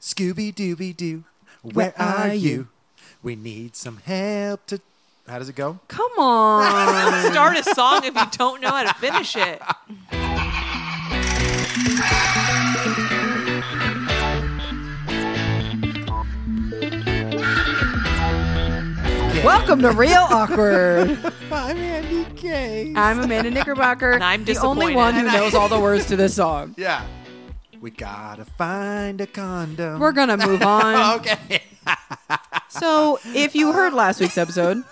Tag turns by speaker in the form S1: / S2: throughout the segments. S1: Scooby Dooby Doo, where are you? We need some help to. How does it go?
S2: Come on.
S3: Start a song if you don't know how to finish it.
S2: Welcome to Real Awkward.
S1: I'm Andy Gay.
S2: I'm Amanda Knickerbocker.
S3: And I'm
S2: the only
S3: disappointed.
S2: one who knows all the words to this song.
S1: yeah. We gotta find a condom.
S2: We're gonna move on.
S1: okay.
S2: So, if you heard last week's episode,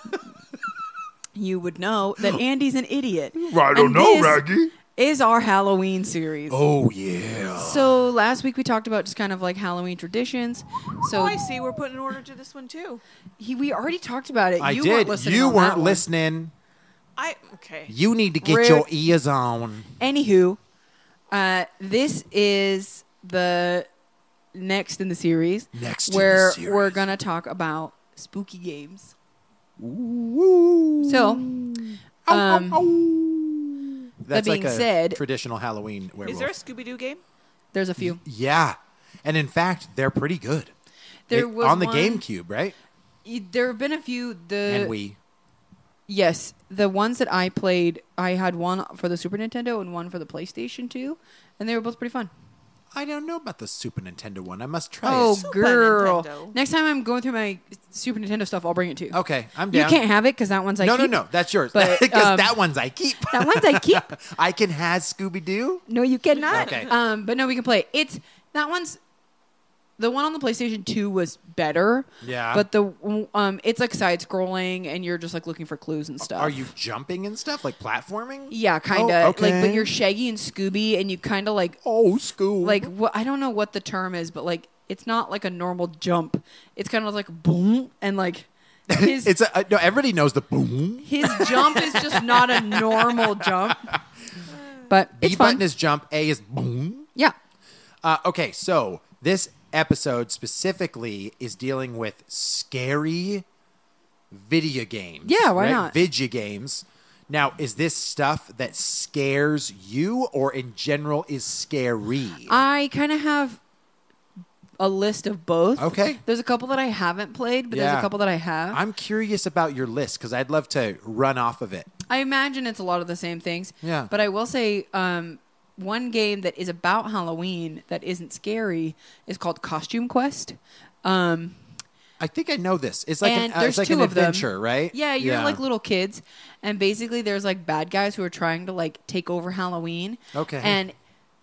S2: you would know that Andy's an idiot.
S1: I
S2: don't And know, this- Raggy. Is our Halloween series.
S1: Oh yeah.
S2: So last week we talked about just kind of like Halloween traditions.
S3: Oh,
S2: So
S3: I see. We're putting an order to this one too.
S2: he, we already talked about it.
S1: I
S2: you
S1: did.
S2: Weren't listening
S1: you
S2: on that
S1: weren't
S2: one.
S1: listening.
S3: I okay.
S1: You need to get
S2: Rude.
S1: your ears on.
S2: Anywho, uh, this is the next in the series
S1: Next in the
S2: where
S1: series.
S2: we're gonna talk about spooky games.
S1: Woo.
S2: So, um,
S1: That's
S2: being
S1: like a
S2: said-
S1: traditional Halloween werewolf.
S3: Is there a Scooby Doo game?
S2: there's a few.
S1: yeah, and in fact, they're pretty good.
S2: There
S1: They-
S2: was
S1: on the
S2: one-
S1: GameCube, right?
S2: Y- There have been a few. The
S1: Mm-hmm. and we.
S2: Yes, the ones that I played, I had one for the Super Nintendo and one for the PlayStation 2, and they were both pretty fun.
S1: I don't know about the Super Nintendo one. I must try
S2: Oh,
S1: it.
S3: Super
S2: girl!
S3: Nintendo.
S2: Next time I'm going through my Super Nintendo stuff, I'll bring it to you.
S1: Okay, I'm
S2: You
S1: down.
S2: can't have it because that one's I
S1: no,
S2: keep.
S1: no, no. That's yours.
S2: But,
S1: Because
S2: um,
S1: that one's I keep.
S2: That one's I keep.
S1: I can has Scooby Doo.
S2: No, you cannot.
S1: Okay.
S2: Um, but no, we can play. it. It's that one's the one on the PlayStation Two was better.
S1: Yeah.
S2: But the um, it's like side scrolling, and you're just like looking for clues and stuff.
S1: Are you jumping and stuff like platforming?
S2: Yeah, kind of.
S1: Oh,
S2: Like, but
S1: okay.
S2: you're Shaggy and Scooby, and you kind of like
S1: Oh, Scoob.
S2: like what I don't know what the term is, but like it's not like a normal jump. It's kind of like boom, and like his
S1: it's a, uh, no. Everybody knows the boom.
S2: his jump is just not a normal jump. But
S1: B
S2: it's
S1: button
S2: fun.
S1: is jump. A is boom.
S2: yeah.
S1: Uh, okay, so this episode specifically is dealing with scary video games.
S2: Yeah, why not?
S1: Video games. Now, is this stuff that scares you or in general is scary?
S2: I kind of have a list of both.
S1: Okay.
S2: There's a couple that I haven't played, but there's
S1: Yeah.
S2: a couple that I have. i
S1: I'm curious about your list because I'd love to run off of it.
S2: imagine it's a lot of the same things.
S1: Yeah.
S2: But I will say um, one game that is about Halloween that isn't scary is called Costume Quest. Um,
S1: I think I know this. It's like
S2: and
S1: an, uh,
S2: there's
S1: it's like
S2: two
S1: an
S2: of them.
S1: adventure, right?
S2: Yeah, you're like little kids, and basically there's like bad guys who are trying to like take over Halloween.
S1: Okay.
S2: And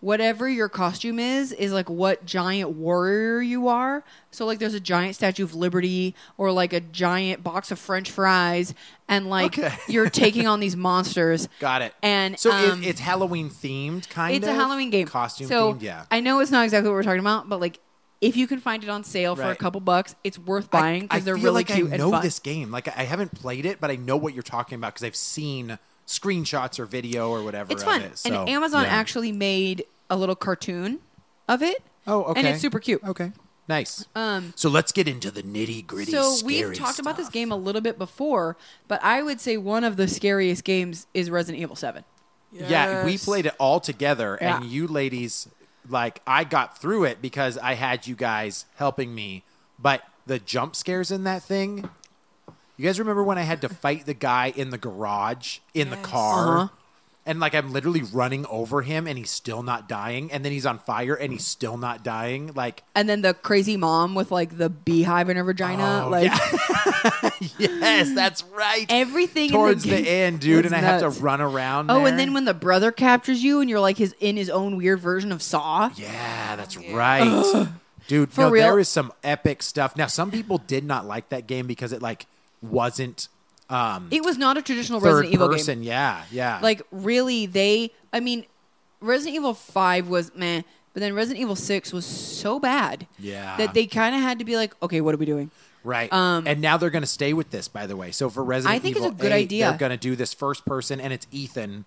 S2: whatever your costume is is like what giant warrior you are. So like there's a giant Statue of Liberty or like a giant box of French fries, and like
S1: Okay.
S2: you're taking on these monsters.
S1: Got it.
S2: And
S1: so
S2: um,
S1: it, it's Halloween themed, kind
S2: it's
S1: of.
S2: a Halloween game.
S1: Costume
S2: so
S1: themed, yeah.
S2: I know it's not exactly what we're talking about, but like. If you can find it on sale for a
S1: Right.
S2: couple bucks, it's worth buying
S1: I- I
S2: because they're
S1: feel
S2: really
S1: like
S2: cute
S1: I
S2: and
S1: know
S2: fun.
S1: this game. Like I I haven't played it, but I know what you're talking about because I've seen screenshots or video or whatever.
S2: It's
S1: of
S2: fun.
S1: It, so,
S2: and Amazon
S1: yeah.
S2: actually made a little cartoon of it.
S1: Oh, okay.
S2: And it's super cute.
S1: Okay. Nice.
S2: Um,
S1: so let's get into the nitty gritty.
S2: So we've talked about this game a little bit before, but I would say one of the scariest games is Resident Evil 7.
S1: Yeah, we played it all together, and
S2: Yeah.
S1: you ladies, like I got through it because I had you guys helping me. But the jump scares in that thing. You guys remember when I had to fight the guy in the garage in the
S3: Yes.
S1: car?
S2: Uh-huh.
S1: And like I'm literally running over him and he's still not dying and then he's on fire and he's still not dying like
S2: And then the crazy mom with like the beehive in her vagina,
S1: Oh,
S2: like
S1: yes that's right
S2: everything
S1: towards
S2: in
S1: the,
S2: the, game
S1: end dude
S2: was
S1: and I have
S2: nuts.
S1: to run around
S2: Oh,
S1: there.
S2: and then when the brother captures you and you're like his in his own weird version of Saw.
S1: Yeah, that's right. Dude,
S2: For
S1: no,
S2: real?
S1: there is some epic stuff. Now, some people did not like that game because it like wasn't um
S2: It was not a traditional
S1: third
S2: Resident Evil game.
S1: person. Yeah, yeah.
S2: like really they i mean resident evil 5 was meh but then resident evil 6 was so bad
S1: Yeah.
S2: that they kind of had to be like okay what are we doing
S1: right.
S2: um,
S1: and now they're going to stay with this by the way. So for Resident
S2: I think it's
S1: Evil
S2: a good
S1: 8,
S2: idea.
S1: they're going to do this first person and it's Ethan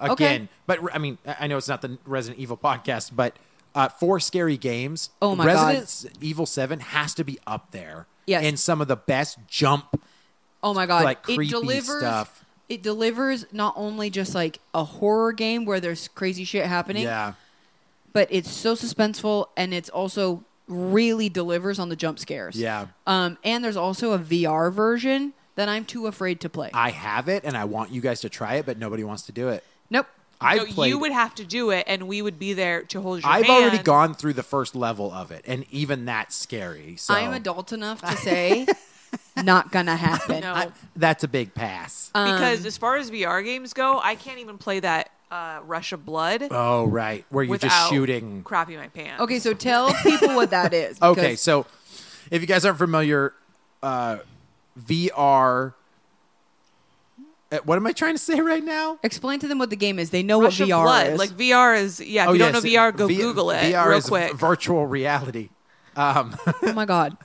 S2: Okay.
S1: again. But I mean, I know it's not the Resident Evil podcast, but uh, four scary games.
S2: Oh my God.
S1: Resident Evil 7 has to be up there.
S2: Yes.
S1: In some of the best jump
S2: oh my god
S1: Like, creepy
S2: it delivers
S1: stuff.
S2: it delivers not only just like a horror game where there's crazy shit happening
S1: Yeah.
S2: but it's so suspenseful and it's also really delivers on the jump scares.
S1: Yeah.
S2: Um, and there's also a VR version that I'm too afraid to play.
S1: I have it, and I want you guys to try it, but nobody wants to do it.
S2: nope.
S1: I've
S3: No,
S1: played.
S3: you would have to do it, and we would be there to hold your
S1: I've already
S3: hand.
S1: gone through the first level of it, and even that's scary. So
S2: I'm adult enough to say not gonna happen.
S3: No.
S1: I- that's a big pass.
S2: Um,
S3: because as far as VR games go, I can't even play that uh, Rush of Blood
S1: oh right, where you're
S3: without
S1: just shooting.
S3: crappy my pants.
S2: Okay, so tell people what that is.
S1: Okay,
S2: because-
S1: so if you guys aren't familiar, uh, VR. uh, What am I trying to say right now?
S2: explain to them what the game is. They know
S3: Rush
S2: what
S3: of
S2: VR
S3: Blood.
S2: is.
S3: Like VR is yeah. If you don't know
S1: Oh, yes,
S3: VR, go
S1: V-
S3: Google it
S1: VR
S3: real
S1: is v-
S3: quick.
S1: virtual reality.
S2: oh my god,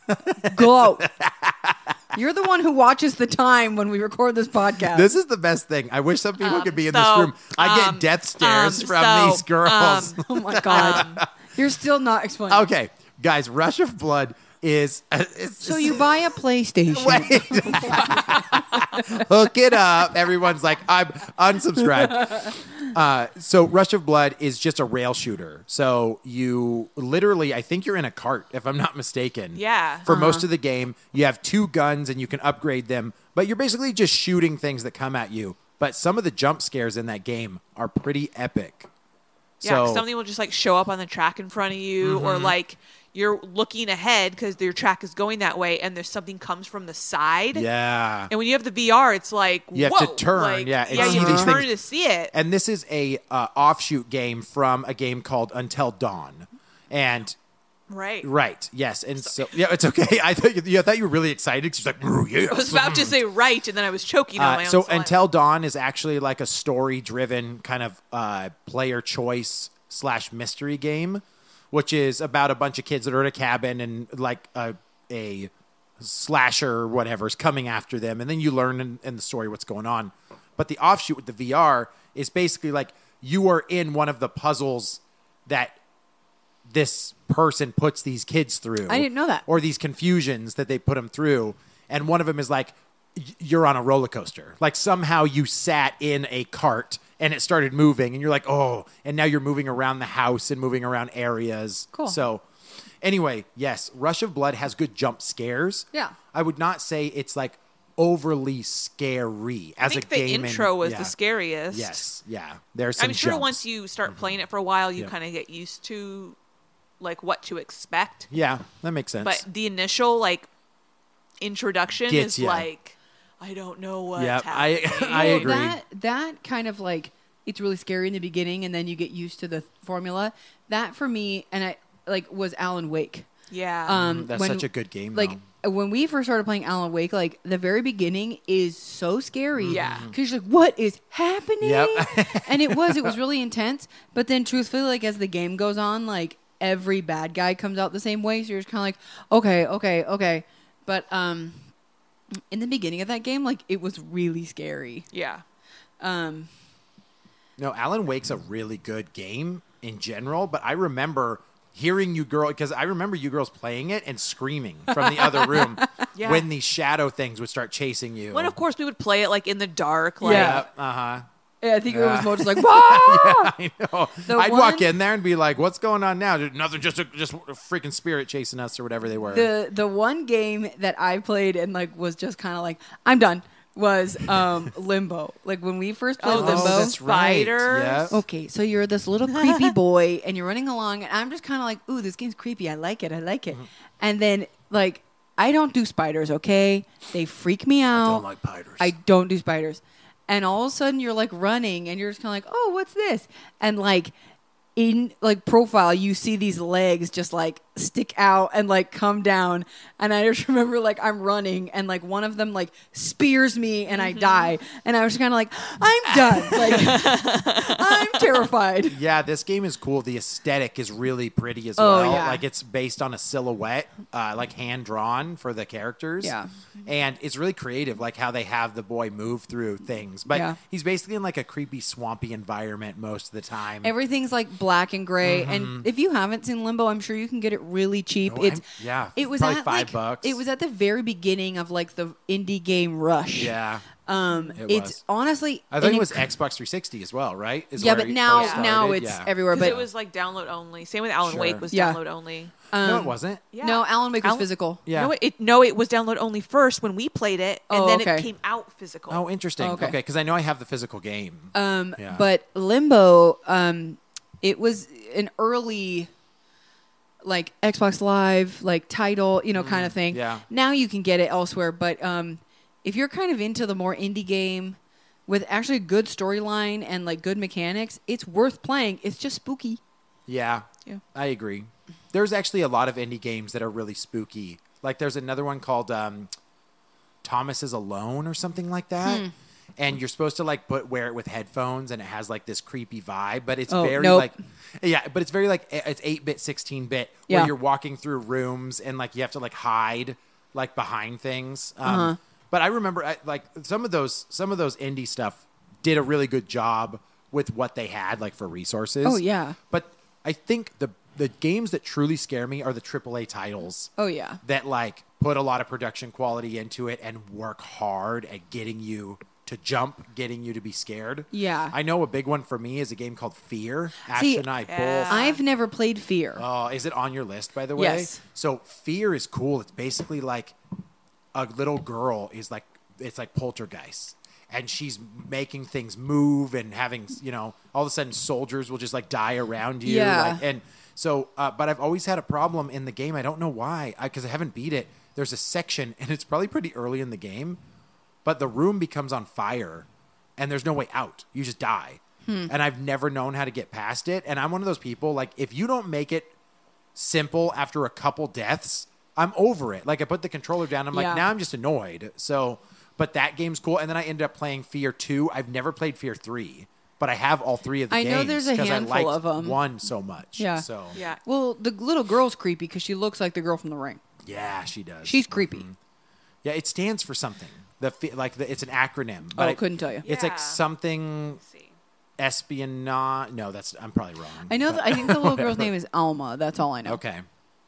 S2: go out. You're the one who watches the time when we record this podcast.
S1: This is the best thing. I wish some people could be in this
S3: so,
S1: room. I get
S3: um,
S1: death stares
S3: um,
S1: from
S3: so,
S1: these girls.
S3: um,
S2: oh my god, you're still not explaining.
S1: okay, guys, Rush of Blood is it's,
S2: So you buy a PlayStation.
S1: Wait. Hook it up. Everyone's like, I'm unsubscribed. Uh, so, Rush of Blood is just a rail shooter. So, you literally, I think you're in a cart, if I'm not mistaken.
S3: Yeah. Uh-huh.
S1: For most of the game, you have two guns and you can upgrade them, but you're basically just shooting things that come at you. But some of the jump scares in that game are pretty epic.
S3: Yeah, 'cause
S1: so, Mm-hmm.
S3: something will just like show up on the track in front of you, or like you're looking ahead because your track is going that way, and there's something comes from the side.
S1: yeah.
S3: And when you have the VR, it's like
S1: You have to
S3: whoa,
S1: turn,
S3: like,
S1: yeah, and
S3: yeah,
S1: see
S3: you
S1: these
S3: turn
S1: things.
S3: to see it.
S1: and this is a uh, offshoot game from a game called Until Dawn. And
S3: right.
S1: right, yes, and so yeah, it's okay. I thought you, yeah, I thought you were really excited because you're like, "Mm, yeah.
S3: I was about to say right, and then I was choking on
S1: Uh,
S3: my own.
S1: so
S3: saliva.
S1: Until Dawn is actually like a story-driven kind of uh, player choice slash mystery game, which is about a bunch of kids that are at a cabin and like a a slasher or whatever's coming after them, and then you learn in, in the story what's going on. But the offshoot with the VR is basically like you are in one of the puzzles that this person puts these kids through.
S2: I didn't know that.
S1: Or these confusions that they put them through. And one of them is like, y- you're on a roller coaster. Like somehow you sat in a cart and it started moving and you're like, oh, and now you're moving around the house and moving around areas.
S2: Cool.
S1: So anyway, yes, Rush of Blood has good jump scares.
S2: Yeah.
S1: I would not say it's like overly scary
S3: I
S1: as
S3: think
S1: a
S3: the
S1: game. and-
S3: intro was
S1: yeah.
S3: the scariest.
S1: Yes. Yeah. There's some
S3: I'm sure
S1: jumps. Mm-hmm.
S3: once you start playing it for a while, you
S1: Yeah.
S3: kind of get used to like what to expect.
S1: Yeah, that makes sense.
S3: But the initial like introduction
S1: Gets
S3: is
S1: ya.
S3: like, I don't know what's
S1: Yep, I-
S3: happening.
S1: I
S2: Well,
S1: agree.
S2: That that kind of like it's really scary in the beginning, and then you get used to the formula. That for me, and I like was Alan Wake.
S3: yeah.
S2: Um,
S1: Mhm, that's such a good game,
S2: Like uh, when we first started playing Alan Wake, like the very beginning is so scary.
S3: Yeah.
S2: because you're like, what is happening?
S1: Mm-hmm. Yep.
S2: and it was, it was really intense. But then, truthfully, like as the game goes on, like every bad guy comes out the same way. So you're just kind of like, okay, okay, okay. But um, in the beginning of that game, like it was really scary.
S3: yeah.
S2: Um,
S1: No, Alan Wake's a really good game in general, but I remember hearing you girl because I remember you girls playing it and screaming from the other room
S3: Yeah.
S1: when these shadow things would start chasing you.
S3: When of course we would play it like in the dark, like
S2: Yeah.
S1: Uh huh.
S2: yeah, I think it was more just like, "Whoa!"
S1: I know.
S2: The
S1: Oh, I'd walk
S2: one-
S1: in there and be like, "What's going on now? Dude, Nothing. Just a, just a freaking spirit chasing us or whatever they were."
S2: the the one game that I played and like was just kind of like, I'm done. Was um, Limbo. Like when we first played
S3: Oh,
S1: oh,
S2: Limbo.
S1: that's right.
S3: spiders.
S1: Yeah.
S2: Okay, so you're this little creepy boy and you're running along, and I'm just kind of like, ooh, this game's creepy. I like it. I like it. And then, like, I don't do spiders, okay? They freak me out.
S1: don't like spiders.
S2: I don't do spiders. And all of a sudden, you're like running, and you're just kind of like, oh, what's this? And like, in like profile, you see these legs just like stick out and like come down. And I just remember like I'm running, and like one of them like spears me, and I die. And I was kind of like, I'm done. Like, I'm terrified.
S1: Yeah, this game is cool. The aesthetic is really pretty as
S2: Oh,
S1: well.
S2: yeah.
S1: Like it's based on a silhouette, uh, like hand drawn for the characters.
S2: Yeah.
S1: and it's really creative, like how they have the boy move through things. But
S2: Yeah.
S1: he's basically in like a creepy, swampy environment most of the time.
S2: Everything's like black and gray. And if you haven't seen Limbo, I'm sure you can get it really cheap.
S1: Mm-hmm. No,
S2: it's
S1: I'm- yeah,
S2: it was
S1: probably
S2: at,
S1: five
S2: like,
S1: bucks.
S2: It was at the very beginning of like the indie game rush.
S1: yeah,
S2: Um,
S1: It
S2: it's
S1: was.
S2: honestly,
S1: I think
S2: an
S1: it was
S2: inc-
S1: Xbox 360 as well, right? Is
S2: yeah,
S1: where
S2: but
S1: it
S2: now
S1: first
S2: now
S1: started.
S2: it's
S1: Yeah.
S2: everywhere.
S3: Because
S2: But
S3: it was like download only. Same with Alan
S1: Sure.
S3: Wake was
S2: Yeah. Uh,
S3: download only.
S2: Um,
S1: no, it wasn't.
S3: Yeah.
S2: no Alan Wake was
S3: Alan-
S2: physical.
S1: Yeah.
S3: No, it no, it was download only first when we played it, and
S2: Oh,
S3: then
S2: okay.
S3: it came out physical.
S1: Oh, interesting.
S2: Oh, okay.
S1: okay, because I know I have the physical game.
S2: Um,
S1: Yeah.
S2: But Limbo, um, it was an early like Xbox Live like title, you know, kind of thing.
S1: Mm, yeah.
S2: Now you can get it elsewhere, but um, if you're kind of into the more indie game with actually a good storyline and like good mechanics, it's worth playing. It's just spooky.
S1: Yeah.
S3: Yeah.
S1: I agree. There's actually a lot of indie games that are really spooky. Like there's another one called um, Thomas is Alone or something like that.
S2: Hmm.
S1: And you're supposed to like put wear it with headphones and it has like this creepy vibe, but it's
S2: Oh,
S1: very
S2: nope.
S1: like yeah, but it's very like eh, it's 8-bit, 16-bit
S2: Yeah.
S1: where you're walking through rooms and like you have to like hide like behind things. Um,
S2: Uh-huh.
S1: but I remember I, like some of those some of those indie stuff did a really good job with what they had like for resources.
S2: Oh, yeah.
S1: But I think the the games that truly scare me are the AAA titles
S2: Oh yeah.
S1: that like put a lot of production quality into it and work hard at getting you to jump, getting you to be scared.
S2: Yeah.
S1: I know a big one for me is a game called Fear. Ash
S2: See,
S1: and I
S3: Yeah.
S1: both.
S2: I've never played Fear.
S1: Oh, is it on your list by the way?
S2: Yes.
S1: So Fear is cool. It's basically like a little girl is like it's like poltergeist and she's making things move and having you know all of a sudden soldiers will just like die around you
S2: Yeah.
S1: like, and so uh, but i've always had a problem in the game i don't know why because I, haven't beat it there's a section and it's probably pretty early in the game but the room becomes on fire and there's no way out you just die
S2: Hmm.
S1: and i've never known how to get past it and i'm one of those people like if you don't make it simple after a couple deaths, I'm over it. Like I put the controller down. I'm
S2: Yeah.
S1: like, now I'm just annoyed. So, but that game's cool. And then I ended up playing Fear Two. I've never played Fear Three, but I have all three of the
S2: I
S1: games
S2: know there's a
S1: 'cause
S2: handful
S1: I liked
S2: of 'em.
S1: One so much.
S2: Yeah.
S1: So
S3: Yeah.
S2: Well, the little girl's creepy because she looks like the girl from The Ring.
S1: yeah, she does. Mm-hmm.
S2: She's creepy.
S1: yeah. It stands for something. The fe- like the, it's an acronym. But
S2: Oh,
S1: I-
S2: couldn't tell you.
S1: It's
S3: Yeah.
S1: like something
S3: Let's see.
S1: espionage. No, that's I'm probably wrong.
S2: I know.
S1: but-
S2: That, I think the little girl's name is Alma. That's all I know.
S1: okay.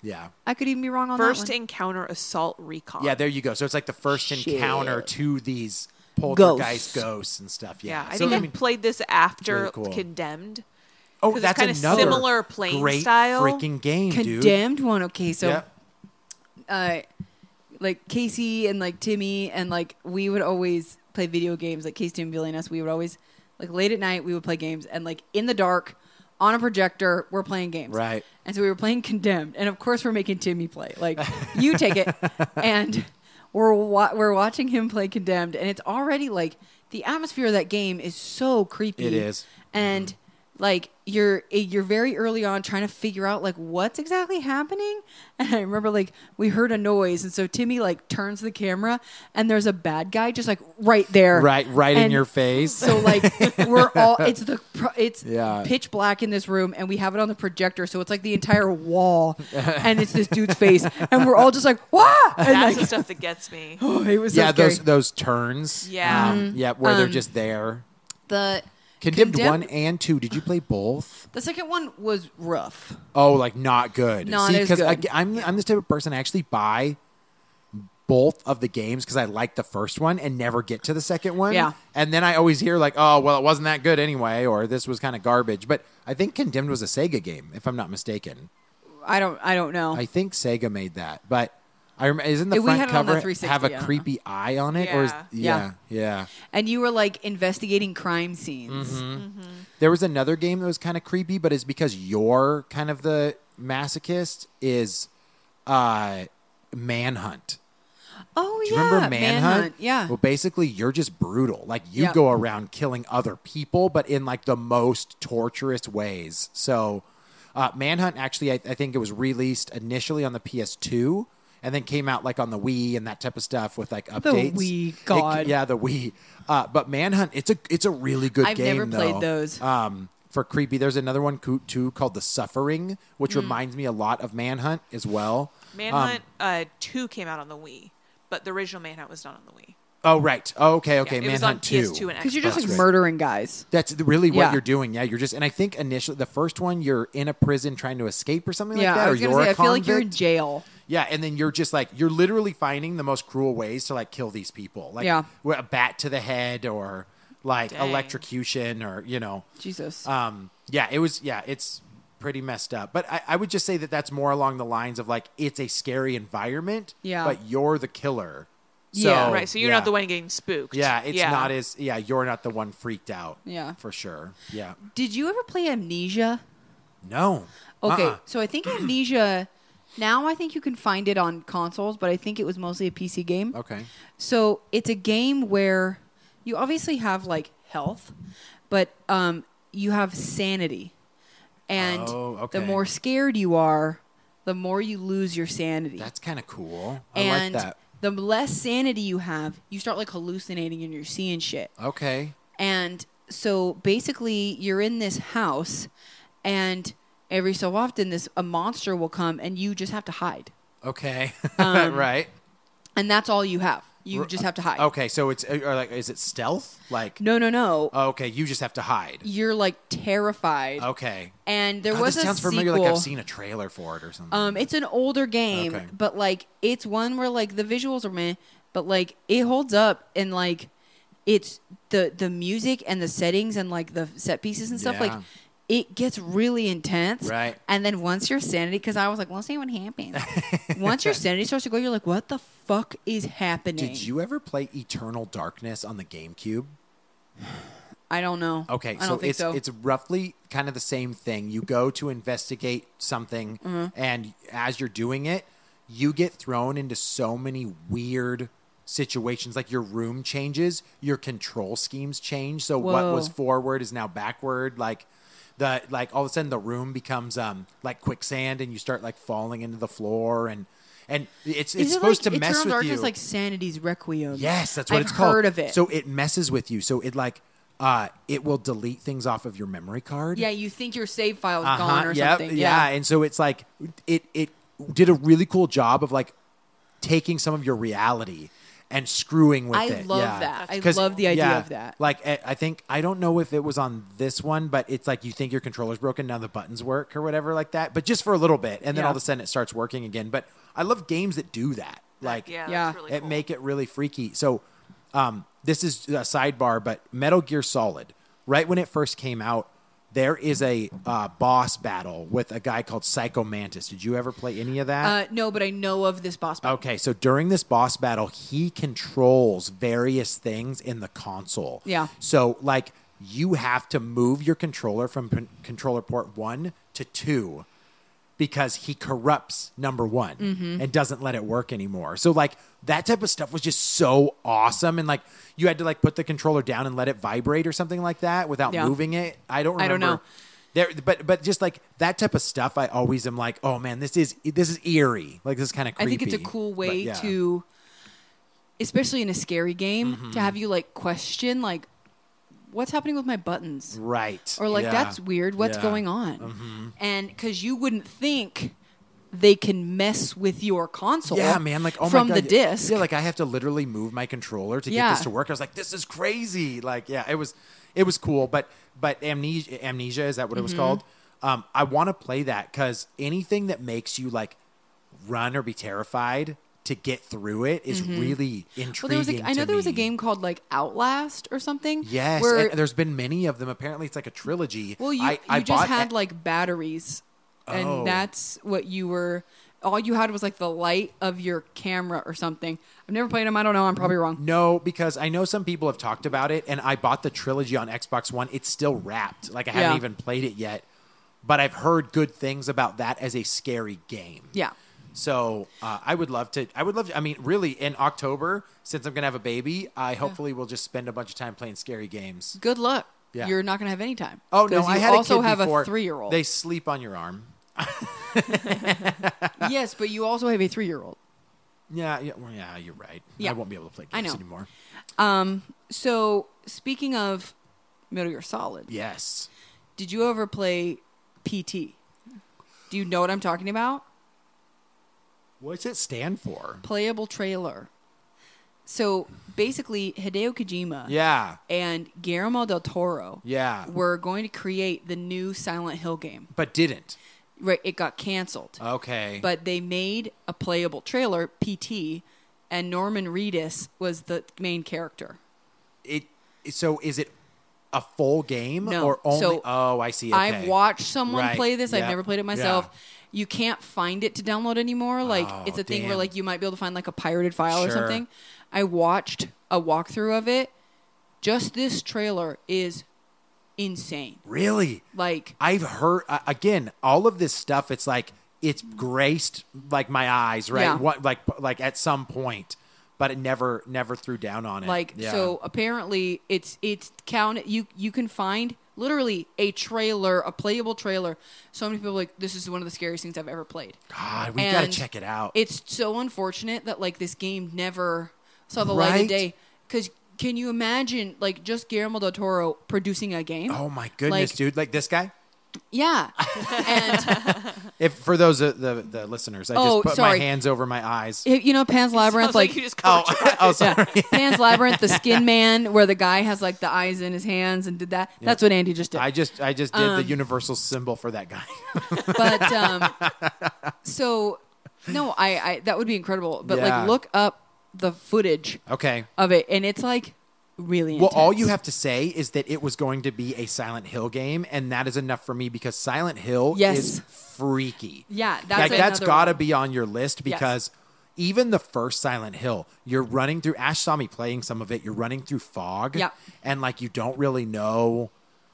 S1: Yeah.
S2: I could even be wrong on
S3: First
S2: that one.
S3: encounter assault recon.
S1: Yeah, there you go. So it's like the first
S2: Shit.
S1: encounter to these poltergeist ghosts, and stuff.
S3: Yeah,
S1: Yeah.
S3: I
S1: so
S3: think I, played this after
S1: really cool.
S3: Condemned.
S1: oh,
S3: 'cause it's
S1: that's
S3: kinda
S1: another
S3: similar playing
S1: great
S3: style.
S1: freaking game, dude.
S2: Condemned one. Okay, so
S1: yeah.
S2: uh, like Casey and like Timmy and like we would always play video games. Like Casey and Billy and us, we would always like late at night we would play games and like in the dark on a projector we're playing games.
S1: Right.
S2: And so we were playing Condemned, and of course we're making Timmy play. Like you take it, and we're wa- we're watching him play Condemned, and it's already like the atmosphere of that game is so creepy.
S1: It is.
S2: and like you're eh, you're very early on trying to figure out like what's exactly happening. And I remember like we heard a noise, and so Timmy like turns the camera, and there's a bad guy just like right there,
S1: Right, right in
S2: And
S1: your face.
S2: so like we're all it's the pro- it's
S1: Yeah.
S2: pitch black in this room and we have it on the projector so it's like the entire wall and it's this dude's face and we're all just like wah and
S3: That's the
S2: like
S3: stuff that gets me.
S2: oh, it was so
S1: yeah,
S2: scary.
S1: those those turns.
S3: Yeah.
S1: Um, yeah, where they're just there.
S2: the
S1: Condemned, one and two. Did you play both?
S2: the second one was rough
S1: Oh, like not good.
S2: Not as
S1: I-
S2: good.
S1: I'm I'm this type of person. I actually buy both of the games because I like the first one and never get to the second one.
S2: Yeah.
S1: And then I always hear like, oh, well, it wasn't that good anyway, or this was kind of garbage. But I think Condemned was a Sega game, if I'm not mistaken.
S2: I don't I don't know
S1: I think Sega made that, but. I remember, isn't the
S2: If we
S1: front
S2: had it on the
S1: cover
S2: 360,
S1: have
S2: I
S1: a
S2: don't know.
S1: creepy eye on it? Or is,
S2: Yeah.
S1: yeah, yeah.
S2: and you were like investigating crime scenes
S1: Mm-hmm. There was another game that was kind of creepy, but it's because you're kind of the masochist. Is uh, Manhunt?
S2: oh
S1: Do you
S2: yeah
S1: remember Manhunt?
S2: yeah
S1: Well, basically, you're just brutal. Like you
S2: Yep.
S1: go around killing other people, but in like the most torturous ways. So, uh, Manhunt actually, I, I think it was released initially on the PS2, and then came out like on the Wii and that type of stuff with like updates.
S2: Wii,
S1: It-
S2: God.
S1: yeah, the Wii. Uh, but Manhunt, it's a it's a really good
S2: I've
S1: game.
S2: never played
S1: though.
S2: those.
S1: Um, for creepy, there's another one coo- too called The Suffering, which
S2: Hmm.
S1: reminds me a lot of Manhunt as well.
S3: Manhunt
S1: Um,
S3: uh, two came out on the Wii, but the original Manhunt was not on the Wii.
S1: Oh right. Oh, okay. Okay.
S3: Yeah, it was on
S1: Manhunt two.
S3: PS2 and
S2: because you're just
S3: Xbox.
S2: like murdering guys
S1: That's th- really what
S2: Yeah.
S1: you're doing. Yeah, you're just, and I think initially the first one you're in a prison trying to escape or something
S2: yeah
S1: like that,
S2: I
S1: or
S2: was gonna
S1: you're
S2: say
S1: a
S2: I feel like you're in
S1: convict.
S2: jail
S1: Yeah, and then you're just like you're literally finding the most cruel ways to like kill these people, like
S2: Yeah.
S1: with a bat to the head or like
S3: Dang.
S1: electrocution or you know,
S2: Jesus.
S1: um, yeah, it was yeah, it's pretty messed up. But I, I would just say that that's more along the lines of like it's a scary environment,
S2: Yeah.
S1: but you're the killer, so,
S2: Yeah.
S3: right. So you're
S1: yeah.
S3: not the one getting spooked.
S1: Yeah, it's not as yeah, you're not the one freaked out.
S2: Yeah.
S1: for sure. Yeah,
S2: Did you ever play Amnesia?
S1: no.
S2: Okay,
S1: Uh-uh.
S2: so I think Amnesia. Now I think you can find it on consoles, but I think it was mostly a PC game.
S1: Okay.
S2: So it's a game where you obviously have like health, but um, you have sanity, and
S1: Oh,
S2: the
S1: okay.
S2: more scared you are, the more you lose your sanity.
S1: That's kind of cool. I
S2: and
S1: like that.
S2: the less sanity you have, you start like hallucinating and you're seeing shit.
S1: Okay.
S2: And so basically, you're in this house, and every so often, this a monster will come, and you just have to hide,
S1: Okay. right.
S2: and that's all you have. Um, You
S1: R- uh,
S2: just have to hide.
S1: Okay, so it's or like is it stealth? Like oh,
S2: No, no, no.
S1: okay, you just have to hide.
S2: you're like terrified.
S1: Okay.
S2: And there
S1: God,
S2: was
S1: this
S2: a
S1: sounds
S2: sequel.
S1: familiar like I've seen a trailer for it or something.
S2: Um, it's an older game,
S1: Okay.
S2: but like it's one where like the visuals are meh, but like it holds up and like it's the the music and the settings and like the set pieces and stuff
S1: Yeah.
S2: like it gets really intense.
S1: Right.
S2: And then once your sanity, because I was like, let's see what happens. once your sanity starts to go, you're like, what the fuck is happening?
S1: Did you ever play Eternal Darkness on the GameCube?
S2: I don't know.
S1: Okay,
S2: I don't
S1: so
S2: think
S1: it's
S2: so.
S1: it's roughly kind of the same thing. You go to investigate something,
S2: Mm-hmm.
S1: and as you're doing it, you get thrown into so many weird situations. Like your room changes, your control schemes change. So what
S2: Whoa.
S1: was forward is now backward. Like the like all of a sudden the room becomes um like quicksand, and you start like falling into the floor, and and it's
S2: Is
S1: it's
S2: it,
S1: supposed
S2: like,
S1: to mess
S2: Eternal
S1: with
S2: Darkness
S1: you.
S2: like Sanity's Requiem.
S1: Yes, that's what
S2: I've
S1: it's called.
S2: Heard of it?
S1: So it messes with you. So it like uh it will delete things off of your memory card.
S2: yeah, you think your save file is
S1: Uh-huh,
S2: gone or
S1: yep,
S2: something. Yeah.
S1: and so it's like it it did a really cool job of like taking some of your reality and screwing with
S2: I
S1: it.
S2: love
S1: yeah.
S2: that. I
S1: 'Cause-
S2: love the idea
S1: yeah,
S2: of that.
S1: Like I I think I don't know if it was on this one, but it's like you think your controller's broken, now the buttons work or whatever like that. But just for a little bit, and then
S2: Yeah.
S1: all of a sudden it starts working again. But I love games that do that. Like
S3: Yeah.
S2: Yeah.
S3: That's really
S1: it
S3: cool.
S1: make it really freaky. So, um, this is a sidebar, but Metal Gear Solid, right when it first came out, there is a uh, boss battle with a guy called Psycho Mantis. Did you ever play any of that?
S2: Uh, no, but I know of this boss. battle.
S1: okay, so during this boss battle, he controls various things in the console.
S2: Yeah.
S1: So like you have to move your controller from p- controller port one to two because he corrupts number one
S2: Mm-hmm.
S1: and doesn't let it work anymore. So like that type of stuff was just so awesome. And like you had to like put the controller down and let it vibrate or something like that without
S2: Yeah.
S1: moving it. I don't remember.
S2: I don't know.
S1: There, but but just like that type of stuff, I always am like, oh man, this is this is eerie. Like this is kind of
S2: I
S1: creepy.
S2: think it's a cool
S1: But,
S2: way
S1: yeah.
S2: to, especially in a scary game,
S1: Mm-hmm.
S2: to have you like question like, what's happening with my buttons,
S1: right
S2: or like
S1: Yeah.
S2: that's weird. What's
S1: Yeah. Mm-hmm.
S2: going on? And because you wouldn't think they can mess with your console.
S1: Yeah, man. Like oh my
S2: from
S1: God.
S2: the disc.
S1: Yeah, like I have to literally move my controller to
S2: Yeah.
S1: get this to work. I was like, this is crazy. Like yeah, it was it was cool. But but amnesia amnesia is that what it
S2: Mm-hmm.
S1: was called? Um, I want to play that because anything that makes you like run or be terrified to get through it is really intriguing.
S2: Mm-hmm. well, there was a, I
S1: to
S2: know there was a
S1: me.
S2: game called like Outlast or something.
S1: Yes,
S2: where
S1: and there's been many of them. Apparently, it's like a trilogy.
S2: Well, you
S1: I,
S2: you
S1: I
S2: just
S1: bought-
S2: had like batteries, and
S1: Oh.
S2: that's what you were. All you had was like the light of your camera or something. I've never played them. I don't know. I'm probably wrong.
S1: No, because I know some people have talked about it, and I bought the trilogy on Xbox One. It's still wrapped. Like I
S2: Yeah.
S1: haven't even played it yet, but I've heard good things about that as a scary game.
S2: Yeah.
S1: So uh, I would love to. I would love. To, I mean, really, in October, since I'm gonna have a baby, I hopefully will just spend a bunch of time playing scary games.
S2: Good luck.
S1: Yeah.
S2: You're not gonna have any time.
S1: Oh no,
S2: 'Cause
S1: I
S2: you
S1: had
S2: also
S1: a kid
S2: have
S1: before.
S2: a three year old.
S1: They sleep on your arm.
S2: yes, but you also have a three year old.
S1: Yeah, yeah, well, yeah. You're right.
S2: Yeah.
S1: I won't be able to play
S2: I
S1: games
S2: know.
S1: anymore.
S2: Um. So speaking of Metal Gear Solid,
S1: Yes.
S2: did you ever play PT? Do you know what I'm talking about?
S1: What's it stand for?
S2: Playable trailer. So basically, Hideo Kojima.
S1: Yeah.
S2: and Guillermo del Toro
S1: Yeah.
S2: were going to create the new Silent Hill game.
S1: But didn't.
S2: right, it got canceled.
S1: Oh, Okay.
S2: But they made a playable trailer, PT, and Norman Reedus was the main character.
S1: it so is it a full game
S2: No.
S1: or only?
S2: So,
S1: oh, I see.
S2: I've
S1: okay.
S2: watched someone
S1: Right.
S2: play this.
S1: Yep.
S2: I've never played it
S1: Yeah.
S2: myself. You can't find it to download anymore. Like
S1: Oh,
S2: it's a thing where
S1: damn.
S2: like you might be able to find like a pirated file or
S1: Sure.
S2: something. I watched a walkthrough of it. Just this trailer is insane.
S1: Really?
S2: Like
S1: I've heard uh, again all of this stuff. It's like it's graced like my eyes, right?
S2: Yeah.
S1: What like like at some point, but it never never threw down on it.
S2: like
S1: Yeah.
S2: so apparently it's it's count you you can find literally a trailer, a playable trailer. So many people are like this is one of the scariest things I've ever played.
S1: God, Ah, we gotta
S2: And
S1: check it out.
S2: It's so unfortunate that like this game never saw the light
S1: Right?
S2: of day. Because can you imagine like just Guillermo del Toro producing a game?
S1: oh my goodness,
S2: like-
S1: dude! Like this guy.
S2: Yeah, and
S1: If for those uh, the the listeners, I
S2: Oh,
S1: just put
S2: sorry.
S1: my hands over my eyes.
S2: you know Pan's Labyrinth,
S3: Sounds like,
S2: like,
S3: you just
S1: Oh,
S3: caught
S1: oh, sorry.
S2: yeah, Pan's Labyrinth, the Skin Man, where the guy has like the eyes in his hands and did that. That's what Andy just did.
S1: I just I just did
S2: Um,
S1: the universal symbol for that guy.
S2: but um, so no, I, I that would be incredible. But
S1: Yeah.
S2: like, look up the footage
S1: okay.
S2: of it, and it's like really
S1: Well, all
S2: intense.
S1: you have to say is that it was going to be a Silent Hill game, and that is enough for me because Silent Hill
S2: Yes.
S1: is freaky.
S2: Yeah, that's
S1: like that's
S2: another
S1: gotta
S2: one.
S1: be on your list because even the first Silent Hill, you're running through. Ash saw me playing some of it. You're running through fog,
S2: Yep.
S1: and like you don't really know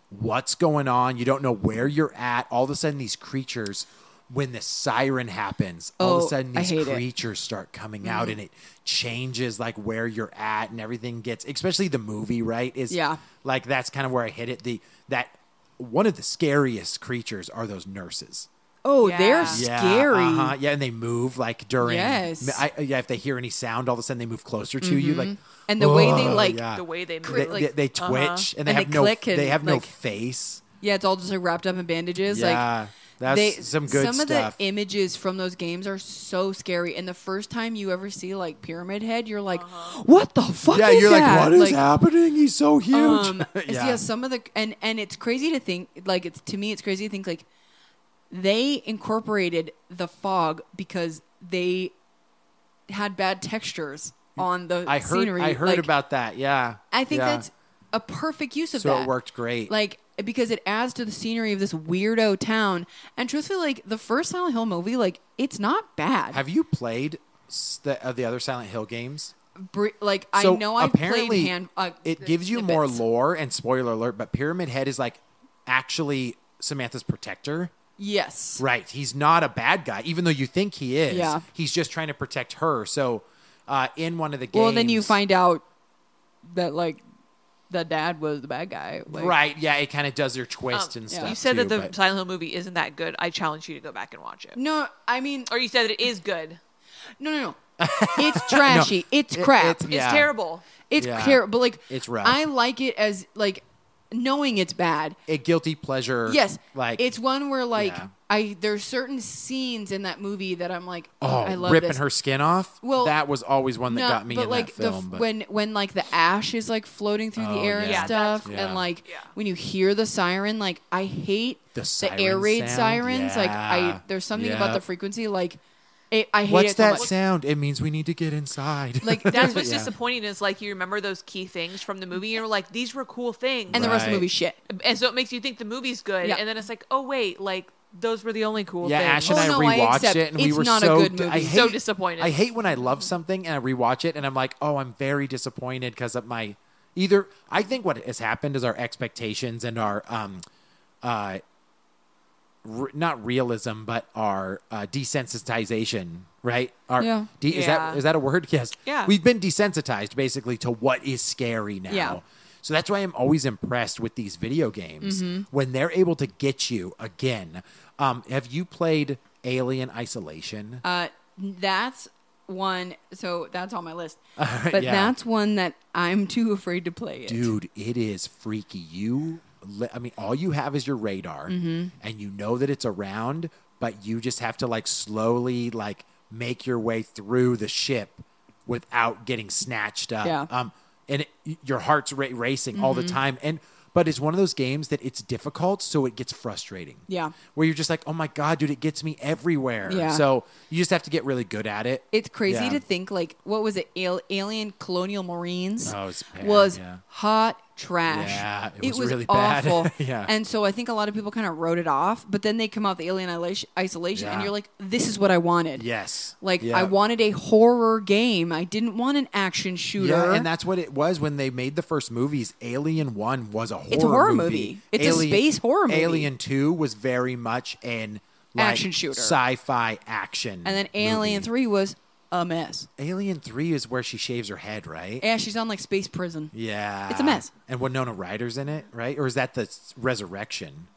S1: what's going on. You don't know where you're at. All of a sudden, these creatures. When the siren happens, all of
S2: Oh,
S1: a sudden
S2: I
S1: these
S2: hate it.
S1: creatures creatures start coming
S2: Mm-hmm.
S1: out and it changes like where you're at and everything gets especially the movie right is
S2: Yeah.
S1: like that's kind of where i hit it the that one of the scariest creatures are those nurses
S2: Oh, they're
S3: Yeah.
S2: scary.
S1: yeah, uh-huh, yeah and they move like during
S2: Yes.
S1: I, yeah if they hear any sound all of a sudden they move closer to you like
S2: And the way they
S1: "Oh,"
S2: like,
S1: yeah.
S3: the way they move.
S1: they,
S2: like- uh-huh.
S1: they- they twitch and they
S2: And
S1: have
S2: they
S1: no
S2: click and,
S1: they have no
S2: like-
S1: face
S2: yeah, it's all just like wrapped up in bandages.
S1: Yeah,
S2: like
S1: that's some good
S2: Some
S1: stuff.
S2: of the images from those games are so scary. And the first time you ever see like Pyramid Head, you're like, what the
S1: Uh-huh.
S2: fuck?
S1: yeah
S2: is
S1: you're
S2: that?"
S1: like what is happening he's so huge
S2: Um, yeah.
S1: yeah.
S2: some of the and and it's crazy to think like it's to me it's crazy to think like they incorporated the fog because they had bad textures on the
S1: i heard
S2: scenery.
S1: i heard
S2: Like,
S1: about that yeah
S2: I think
S1: Yeah.
S2: that's a perfect use of
S1: So it
S2: that.
S1: worked great.
S2: Like because it adds to the scenery of this weirdo town. And truthfully, like the first Silent Hill movie, like it's not bad.
S1: Have you played s- the, uh, the other Silent Hill games?
S2: Br- like I know I played hand. Uh,
S1: it gives you more
S2: snippets.
S1: lore and spoiler alert, but Pyramid Head is like actually Samantha's protector.
S2: Yes.
S1: Right. He's not a bad guy, even though you think he is.
S2: Yeah.
S1: He's just trying to protect her. So uh, in one of the games.
S2: Well, then you find out that like the dad was the bad guy. Like, Um,
S1: Right. Yeah. It kind of does their twist and
S3: you.
S1: stuff.
S3: You said
S1: too,
S3: that the
S1: but-
S3: Silent Hill movie isn't that good. I challenge you to go back and watch it.
S2: No, I mean,
S3: Or you said that it is good.
S2: no, no, no. It's trashy. It's
S1: It-
S2: crap.
S1: it's-
S2: It's,
S1: Yeah.
S3: It's terrible.
S1: Yeah.
S2: terrible. But like,
S1: It's rough.
S2: I like it as like knowing it's bad.
S1: a guilty pleasure.
S2: Yes,
S1: Like
S2: it's one where like
S1: Yeah.
S2: I there's certain scenes in that movie that I'm like, oh,
S1: Oh,
S2: I love
S1: ripping
S2: this.
S1: her skin off.
S2: Well,
S1: that was always one that
S2: No,
S1: got me
S2: but
S1: in
S2: like
S1: that film.
S2: the,
S1: but
S2: when when like the ash is like floating through
S1: Oh,
S2: the air
S1: yeah.
S2: and
S1: Yeah,
S3: that's
S2: stuff,
S1: cool. Yeah.
S2: and like
S3: Yeah.
S2: when you hear the siren, like I hate
S1: The
S2: air
S1: siren
S2: raid
S1: sound?
S2: sirens. Like
S1: Yeah.
S2: I, there's something about
S1: Yep.
S2: the frequency. Like it, I hate
S1: what's
S2: it so
S1: that
S2: much.
S1: sound? It means we need to get inside.
S2: Like
S3: That's
S2: there's-
S3: what's
S1: Yeah.
S3: disappointing is like you remember those key things from the movie and you're like, these were cool things.
S2: and the rest of the
S1: Right.
S2: movie shit.
S3: and so it makes you think the movie's good,
S2: Yeah.
S3: and then it's like, oh wait, like those were the only cool
S1: Yeah,
S3: things.
S1: Ash and
S2: Oh,
S1: I
S2: no, I
S1: rewatched
S2: accept.
S1: it, and we
S2: It's
S1: were
S2: not a
S1: so
S2: good
S1: di- I
S2: movie.
S1: hate,
S3: So disappointed.
S1: I hate when I love something and I rewatch it, and I'm like, oh, I'm very disappointed because of my either. I think what has happened is our expectations and our um, uh, re- not realism, but our uh, desensitization. Right? Our,
S2: Yeah.
S1: de- Is that
S3: Yeah.
S1: is that a word? Yes.
S3: Yeah.
S1: We've been desensitized basically to what is scary now.
S2: Yeah.
S1: So that's why I'm always impressed with these video games when they're able to get you again. Um, have you played Alien Isolation?
S2: Uh, that's one. So that's on my list. But
S1: Yeah.
S2: that's one that I'm too afraid to play. It.
S1: Dude, it is freaky. You, li- I mean, all you have is your radar,
S2: Mm-hmm.
S1: and you know that it's around, but you just have to like slowly like make your way through the ship without getting snatched up.
S2: Yeah. Mm-hmm.
S1: Um, and it, y- your heart's ra- racing all the time, and but it's one of those games that it's difficult, so it gets frustrating.
S2: Yeah.
S1: Where you're just like, oh my God, dude, it gets me everywhere.
S2: Yeah.
S1: So you just have to get really good at it.
S2: It's crazy
S1: Yeah.
S2: to think like what was it? Al- Alien Colonial Marines
S1: Oh, it's bad,
S2: was
S1: yeah.
S2: hot trash.
S1: Yeah, it was really bad.
S2: awful.
S1: Yeah.
S2: And so I think a lot of people kind of wrote it off, but then they come out the Alien Isolation, isolation and
S1: Yeah.
S2: you're like, this is what I wanted.
S1: yes.
S2: Like
S1: Yeah.
S2: I wanted a horror game. I didn't want an action shooter.
S1: Yeah, and that's what it was when they made the first movies. Alien One was a horror.
S2: It's a horror movie.
S1: movie.
S2: It's a space horror movie.
S1: Alien Two was very much an like,
S2: Action shooter.
S1: sci-fi action.
S2: And then Alien
S1: movie.
S2: 3 was a mess.
S1: Alien Three is where she shaves her head, right?
S2: Yeah, she's on like space prison.
S1: yeah,
S2: It's a mess.
S1: And Winona Ryder's in it, right? Or is that the s- resurrection?
S2: I don't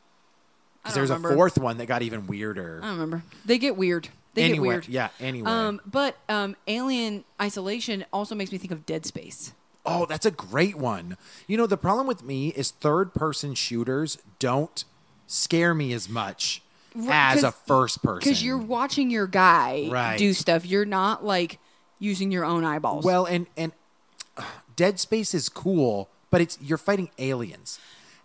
S1: Because there's
S2: remember.
S1: a fourth one that got even weirder.
S2: I don't remember. They get weird. They
S1: anyway,
S2: get weird.
S1: yeah. Anyway,
S2: Um, but um, Alien Isolation also makes me think of Dead Space.
S1: Oh, that's a great one. You know, the problem with me is third person shooters don't scare me as much
S2: Right,
S1: as a
S2: 'cause-
S1: first person.
S2: Because you're watching your guy
S1: Right.
S2: do stuff. You're not like using your own eyeballs.
S1: well, and and ugh, Dead Space is cool, but it's you're fighting aliens.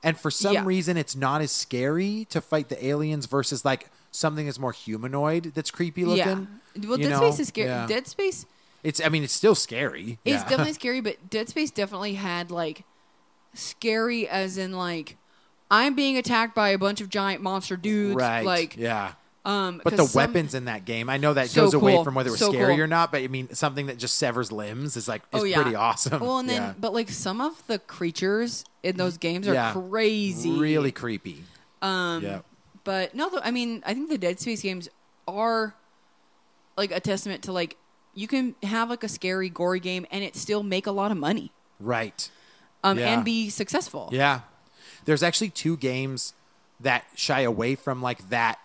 S1: And for some
S2: Yeah.
S1: reason it's not as scary to fight the aliens versus like something that's more humanoid that's creepy
S2: yeah.
S1: looking.
S2: Well,
S1: you
S2: Dead
S1: know?
S2: Space is scary.
S1: Yeah.
S2: Dead Space
S1: It's I mean it's still scary.
S2: is
S1: Yeah.
S2: definitely scary, but Dead Space definitely had like scary as in like I'm being attacked by a bunch of giant monster dudes.
S1: right.
S2: Like,
S1: yeah.
S2: um,
S1: But
S2: 'cause
S1: the
S2: some-
S1: weapons in that game, I know that
S2: So
S1: goes away
S2: cool.
S1: from whether it was
S2: So
S1: scary
S2: cool.
S1: or not, but I mean something that just severs limbs is like is pretty awesome.
S2: Oh, Well, and then
S1: Yeah.
S2: but like some of the creatures in those games are
S1: Yeah.
S2: crazy.
S1: really creepy. Um, yeah,
S2: But no, though, I mean, I think the Dead Space games are like a testament to like you can have like a scary, gory game and it still make a lot of money
S1: right.
S2: um,
S1: Yeah.
S2: and be successful.
S1: Yeah, there's actually two games that shy away from like that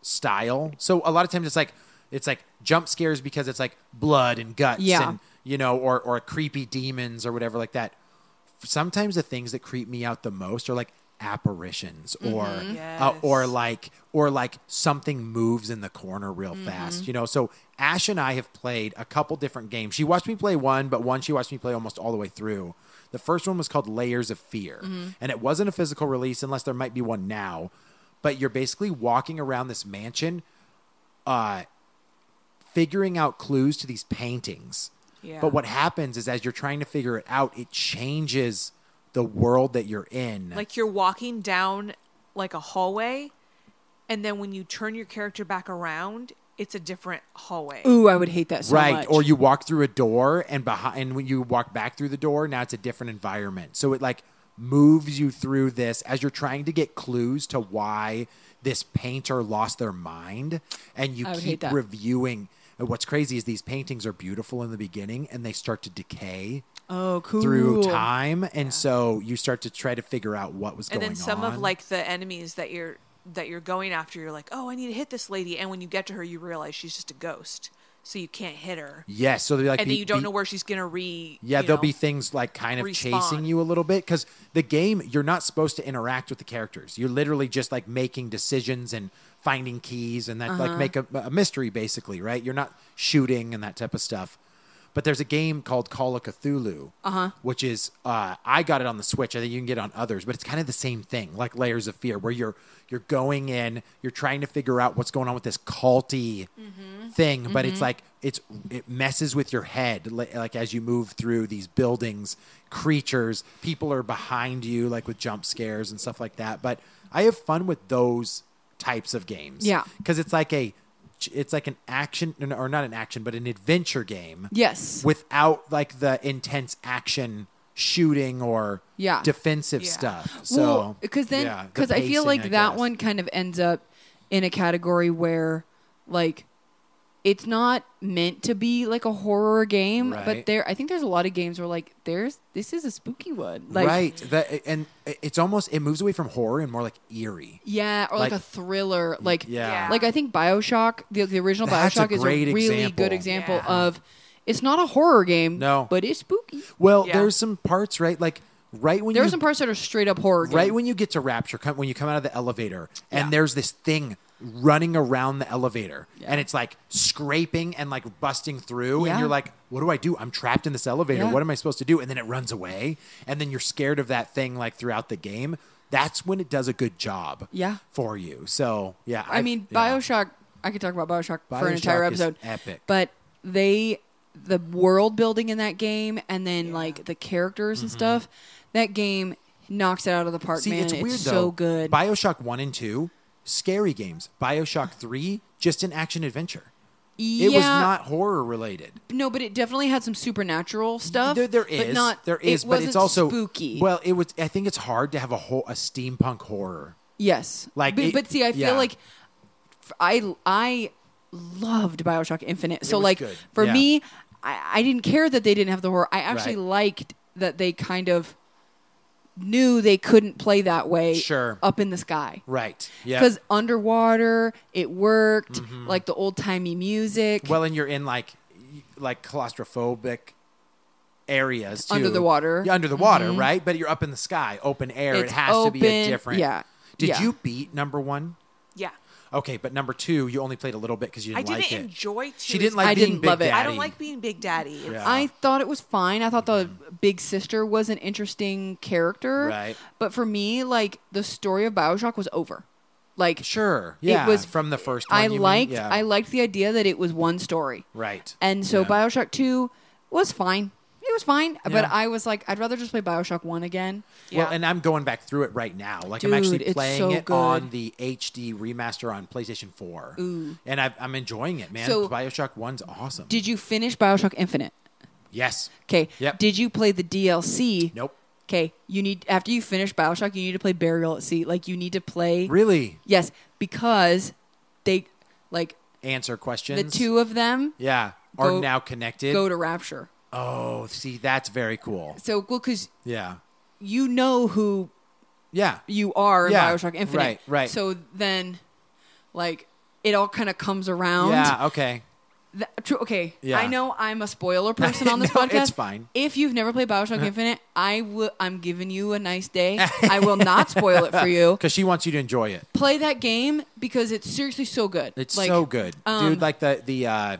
S1: style. So a lot of times it's like it's like jump scares because it's like blood and guts,
S2: Yeah.
S1: and you know, or or creepy demons or whatever like that. Sometimes the things that creep me out the most are like apparitions or uh,
S3: Yes.
S1: or like or like something moves in the corner real
S3: Mm-hmm.
S1: fast you know so ash and i have played a couple different games she watched me play one but one she watched me play almost all the way through the first one was called layers of fear
S3: Mm-hmm.
S1: and it wasn't a physical release unless there might be one now but you're basically walking around this mansion uh figuring out clues to these paintings
S3: Yeah.
S1: but what happens is as you're trying to figure it out it changes the world that you're in
S3: Like you're walking down like a hallway, and then when you turn your character back around, it's a different hallway.
S2: Ooh, I would hate that so
S1: right
S2: much.
S1: or you walk through a door and behind and when you walk back through the door now it's a different environment so it like moves you through this as you're trying to get clues to why this painter lost their mind and you
S2: I would hate
S1: keep
S2: that.
S1: reviewing and what's crazy is these paintings are beautiful in the beginning and they start to decay
S2: oh, cool.
S1: through time and so you start to try to figure out what was
S3: and
S1: going on
S3: then some of like the enemies that you're that you're going after, you're like, oh, I need to hit this lady, and when you get to her, you realize she's just a ghost, so you can't hit her,
S1: yes so they're like
S3: and
S1: the-
S3: then you don't
S1: the-
S3: know where she's gonna re.
S1: Yeah,
S3: you
S1: there'll
S3: know.
S1: be things like kind of chasing
S3: Respawn.
S1: you a little bit because the game you're not supposed to interact with the characters. You're literally just like making decisions and finding keys and that
S3: Uh-huh.
S1: like make a, a mystery basically, right? You're not shooting and that type of stuff. But there's a game called Call of Cthulhu, uh-huh. which is uh, I got it on the Switch. I think you can get it on others, but it's kind of the same thing, like Layers of Fear, where you're you're going in, you're trying to figure out what's going on with this culty thing, but it's like it's it messes with your head li- like as you move through these buildings, creatures, people are behind you like with jump scares and stuff like that. But I have fun with those types of games.
S2: Yeah.
S1: Cuz it's like a it's like an action or not an action, but an adventure game
S2: Yes.
S1: without like the intense action shooting or
S2: Yeah.
S1: defensive
S3: Yeah.
S1: stuff. So
S2: Well, because
S1: yeah,
S2: then
S1: the
S2: because I feel
S1: pacing,
S2: like
S1: I
S2: that
S1: guess.
S2: one kind of ends up in a category where like it's not meant to be like a horror game, but
S1: Right.
S2: there I think there's a lot of games where like there's this is a spooky one, like
S1: right. That and it's almost it moves away from horror and more like eerie.
S2: yeah, or like,
S1: Like-
S2: a thriller, like
S1: Yeah.
S2: like I think Bioshock, the, the original
S1: That's a
S2: Bioshock is a
S1: great
S2: really
S1: example.
S2: good example
S3: Yeah.
S2: of it's not a horror game,
S1: No.
S2: but it's spooky.
S1: Well,
S3: Yeah.
S1: there's some parts, right? Like right when
S2: There are
S1: you
S2: some parts that are straight up horror,
S1: right
S2: game.
S1: when you get to Rapture, come, when you come out of the elevator,
S2: Yeah.
S1: and there's this thing running around the elevator
S2: Yeah.
S1: and it's like scraping and like busting through
S2: Yeah.
S1: and you're like what do i do i'm trapped in this elevator
S2: Yeah.
S1: what am i supposed to do and then it runs away and then you're scared of that thing like throughout the game that's when it does a good job
S2: Yeah.
S1: for you so yeah
S2: I mean,
S1: yeah.
S2: Bioshock. I could talk about Bioshock, for an
S1: BioShock
S2: entire
S1: is
S2: episode.
S1: epic.
S2: but they, the world building in that game, and then like the characters and stuff. That game knocks it out of the park,
S1: Mm-hmm. See,
S2: man.
S1: it's weird though.
S2: so good.
S1: Bioshock One and Two, scary games. Bioshock Three, just an action adventure.
S2: yeah,
S1: It was not horror related.
S2: no, but it definitely had some supernatural stuff.
S1: There, there is,
S2: but not
S1: there is,
S2: it
S1: but
S2: wasn't
S1: it's also
S2: spooky.
S1: Well, it was. I think it's hard to have a whole a steampunk horror.
S2: Yes.
S1: Like,
S2: but,
S1: it-
S2: but see, I feel
S1: yeah.
S2: like f- I I loved Bioshock Infinite. So
S1: was
S2: like
S1: good.
S2: for
S1: Yeah.
S2: me, I, I didn't care that they didn't have the horror. I actually
S1: Right.
S2: liked that they kind of knew they couldn't play that way.
S1: Sure.
S2: Up in the sky.
S1: Right. Yeah.
S2: Because underwater, it worked. Like the old timey music.
S1: Mm-hmm. well, and you're in like y- like claustrophobic areas too.
S2: Under the water. Mm-hmm.
S1: Yeah, under the water, right? But you're up in the sky, open air. it
S2: It's
S1: has to be a
S2: open.
S1: different.
S2: Yeah.
S1: Did
S2: Yeah.
S1: you beat number one?
S3: Yeah.
S1: Okay, but number two, you only played a little bit because you
S3: I
S1: didn't
S3: didn't
S1: like it.
S3: enjoy two.
S1: She didn't
S3: as
S1: like
S2: I
S1: being
S2: didn't
S1: Big
S2: love it.
S1: Daddy.
S3: I don't like being Big Daddy. It's-
S1: Yeah. Mm-hmm.
S2: I thought it was fine. I thought the big sister was an interesting character.
S1: Right.
S2: But for me, like the story of Bioshock was over. Like
S1: Sure. Yeah.
S2: it was
S1: from the first one.
S2: I
S1: you mean?
S2: liked
S1: Yeah.
S2: I liked the idea that it was one story.
S1: Right.
S2: And so
S1: Yeah.
S2: Bioshock two was fine. It was fine. But
S1: Yeah.
S2: I was like, I'd rather just play Bioshock one again.
S1: Well,
S3: Yeah.
S1: and I'm going back through it right now. Like
S2: Dude,
S1: I'm actually
S2: it's
S1: playing
S2: so
S1: it
S2: good.
S1: on the HD remaster on PlayStation 4. Ooh. And I've, I'm enjoying it, man.
S2: So-
S1: Bioshock One's awesome.
S2: Did you finish Bioshock Infinite?
S1: yes.
S2: Okay.
S1: Yep.
S2: Did you play the DLC?
S1: Nope.
S2: Okay. You need after you finish Bioshock, you need to play Burial at Sea. Like you need to play
S1: Really?
S2: Yes, because they like
S1: Answer
S2: the
S1: questions.
S2: two of them
S1: Yeah.
S2: go-
S1: are now connected.
S2: go to Rapture.
S1: oh, see, that's very cool.
S2: So well, because
S1: Yeah.
S2: you know who
S1: Yeah.
S2: you are in
S1: Yeah,
S2: Bioshock Infinite,
S1: right, right.
S2: So then, like, it all kind of comes around.
S1: Yeah. Okay.
S2: Th- true. Okay.
S1: Yeah.
S2: I know I'm a spoiler person on this
S1: No,
S2: podcast.
S1: it's fine. Uh-huh.
S2: If you've never played Bioshock Infinite, I will. I'm giving you a nice day. I will not spoil it for you.
S1: Because she wants you to enjoy it.
S2: Play that game because it's seriously so good.
S1: It's
S2: Like,
S1: so good,
S2: um,
S1: dude. Like the the uh,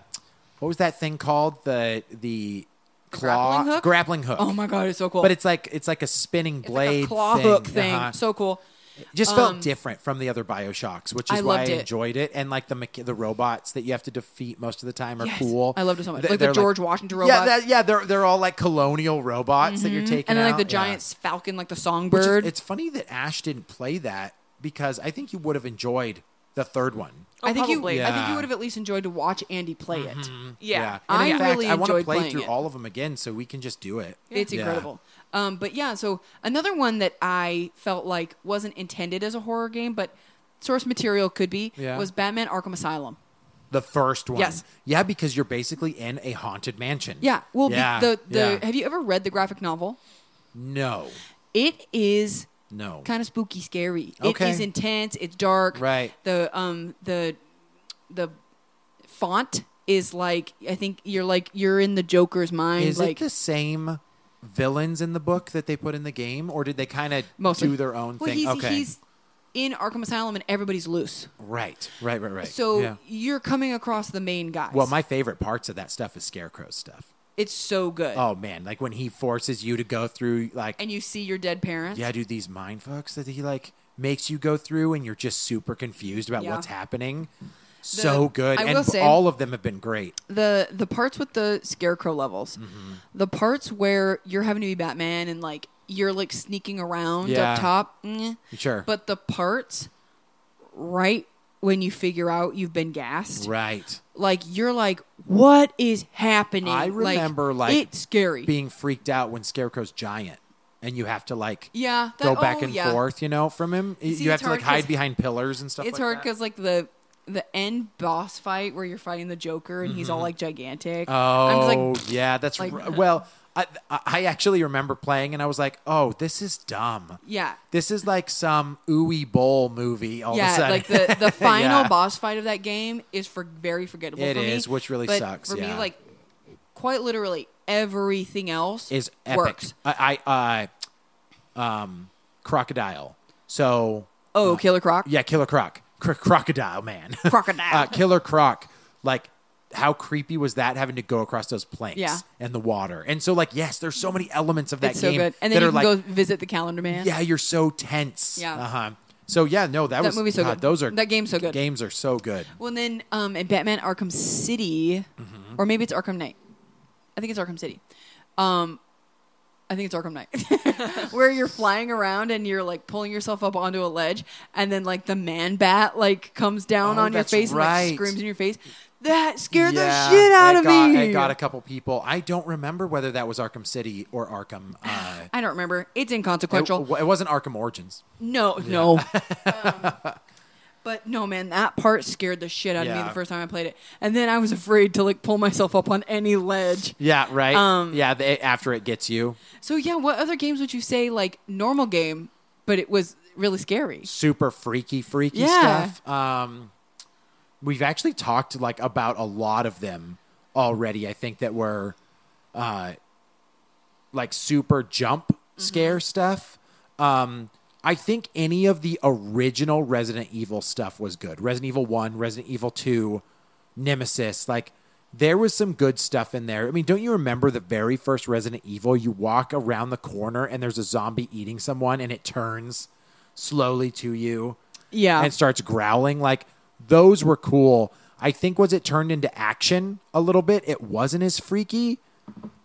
S1: what was that thing called? The the claw
S2: grappling hook?
S1: hook.
S2: Oh my god, it's so cool.
S1: But it's like it's like a spinning
S2: It's like a
S1: blade
S2: claw
S1: thing.
S2: hook thing.
S1: Uh-huh.
S2: So cool.
S1: It just felt different from the other Bioshocks, which is
S2: I
S1: why I
S2: loved it.
S1: enjoyed it. And like the mecha- the robots that you have to defeat most of the time are
S2: Yes.
S1: cool.
S2: I loved it so much.
S1: They-
S2: Like the
S1: they're
S2: George Washington
S1: Yeah,
S2: robot.
S1: that, yeah. They're they're all like colonial robots that you're taking
S2: And then like
S1: out.
S2: the
S1: Yeah.
S2: giant falcon, like the
S1: Which is-
S2: songbird.
S1: It's funny that Ash didn't play that because I think you would have enjoyed the third one.
S3: Oh,
S2: I think you.
S3: probably.
S2: I think you
S1: Yeah. Mm-hmm.
S2: would have at least enjoyed to watch Andy play it.
S3: Yeah. Uh,
S1: And in
S2: I
S1: fact,
S2: really
S1: I want to
S2: enjoyed
S1: play
S2: playing
S1: through
S2: it.
S1: all of them again so we can just do it.
S2: It's
S1: Yeah.
S2: incredible. Um, but yeah, so another one that I felt like wasn't intended as a horror game, but source material could be
S1: Yeah.
S2: was Batman Arkham Asylum.
S1: The first one.
S2: Yes.
S1: Yeah, because you're basically in a haunted mansion.
S2: Yeah. Well, be-
S1: Yeah,
S2: the the
S1: yeah.
S2: have you ever read the graphic novel?
S1: No.
S2: It is
S1: No.
S2: kind of spooky, scary.
S1: Okay.
S2: It is intense. It's dark.
S1: Right.
S2: The um the the font is like I think you're like you're in the Joker's mind.
S1: Is
S2: like
S1: it the same villains in the book that they put in the game, or did they kind of
S2: mostly
S1: do their own
S2: well,
S1: thing?
S2: He's,
S1: okay,
S2: he's in Arkham Asylum and everybody's loose.
S1: right, right, right, right.
S2: So
S1: Yeah.
S2: you're coming across the main guys.
S1: well, my favorite parts of that stuff is Scarecrow's stuff.
S2: it's so good.
S1: Oh man, like when he forces you to go through, like
S2: And you see your dead parents.
S1: yeah, dude, these mind fucks that he like makes you go through, and you're just super confused about
S2: Yeah.
S1: what's happening. so good,
S2: I
S1: and
S2: will say-
S1: all of them have been great.
S2: The the parts with the scarecrow levels,
S1: Mm-hmm.
S2: the parts where you're having to be Batman and like you're like sneaking around
S1: Yeah.
S2: up top. mm.
S1: Sure.
S2: But the parts right when you figure out you've been gassed,
S1: Right,
S2: like you're like, what is happening?
S1: I
S2: Like,
S1: remember, like,
S2: it's scary.
S1: being freaked out when Scarecrow's giant, and you have to like
S2: yeah, that-
S1: go back
S2: oh,
S1: and
S2: yeah.
S1: forth, you know, from him. Y-
S2: See,
S1: you have
S2: it's
S1: to like
S2: hard 'cause-
S1: hide behind pillars and stuff.
S2: it's
S1: like
S2: hard
S1: that.
S2: because like the the end boss fight where you're fighting the Joker and he's all like gigantic. I'm just
S1: Mm-hmm. Oh,
S2: like,
S1: yeah, that's
S2: like- uh,
S1: r- well. I I- I actually remember playing, and I was like, "Oh, this is dumb.
S2: yeah,
S1: This is like some ooey bowl movie." All of a
S2: yeah.
S1: sudden,
S2: Like the the final
S1: Yeah.
S2: boss fight of that game is for very forgettable.
S1: It
S2: for me,
S1: is, which really
S2: but
S1: sucks,
S2: For me,
S1: yeah.
S2: like quite literally everything else
S1: is epic.
S2: works.
S1: I, I uh, um, crocodile. So
S2: Oh, Killer Croc.
S1: yeah, Killer Croc. cro- crocodile man,
S2: Crocodile.
S1: uh, killer croc. Like, how creepy was that having to go across those planks
S2: Yeah.
S1: and the water? And so, like, yes, there's so many elements of that
S2: it's so
S1: game
S2: good. And
S1: that
S2: then you
S1: are
S2: can
S1: like,
S2: go visit the Calendar Man.
S1: yeah, you're so tense.
S2: Yeah.
S1: Uh huh. So yeah, no, that,
S2: That
S1: was
S2: movie's so
S1: God,
S2: good.
S1: Those are
S2: That game's so good.
S1: Games are so good.
S2: Well, and then um, in Batman Arkham City,
S1: Mm-hmm.
S2: or maybe it's Arkham Knight. I think it's Arkham City. Um, I think it's Arkham Knight, where you're flying around and you're like pulling yourself up onto a ledge, and then like the man bat like comes down
S1: Oh,
S2: on your
S1: that's
S2: face and
S1: right.
S2: like screams in your face. That scared
S1: Yeah,
S2: the shit out
S1: it
S2: of
S1: got,
S2: me.
S1: It got a couple people. I don't remember whether that was Arkham City or Arkham. Uh,
S2: I don't remember. It's
S1: it,
S2: inconsequential.
S1: it wasn't Arkham Origins.
S2: No, no. Um, but no, man, that part scared the shit out of me
S1: Yeah.
S2: the first time I played it, and then I was afraid to like pull myself up on any ledge.
S1: Yeah, right.
S2: Um,
S1: yeah, they, after it gets you,
S2: So yeah, what other games would you say like normal game, but it was really scary?
S1: super freaky, freaky
S2: Yeah.
S1: stuff. Um, we've actually talked like about a lot of them already. I think that were, uh, like super jump scare stuff. Um, I think any of the original Resident Evil stuff was good. Resident Evil One, Resident Evil Two, Nemesis, like. There was some good stuff in there. I mean, don't you remember the very first Resident Evil? You walk around the corner and there's a zombie eating someone and it turns slowly to you
S2: Yeah.
S1: and starts growling. Like those were cool. I think was it turned into action a little bit, it wasn't as freaky,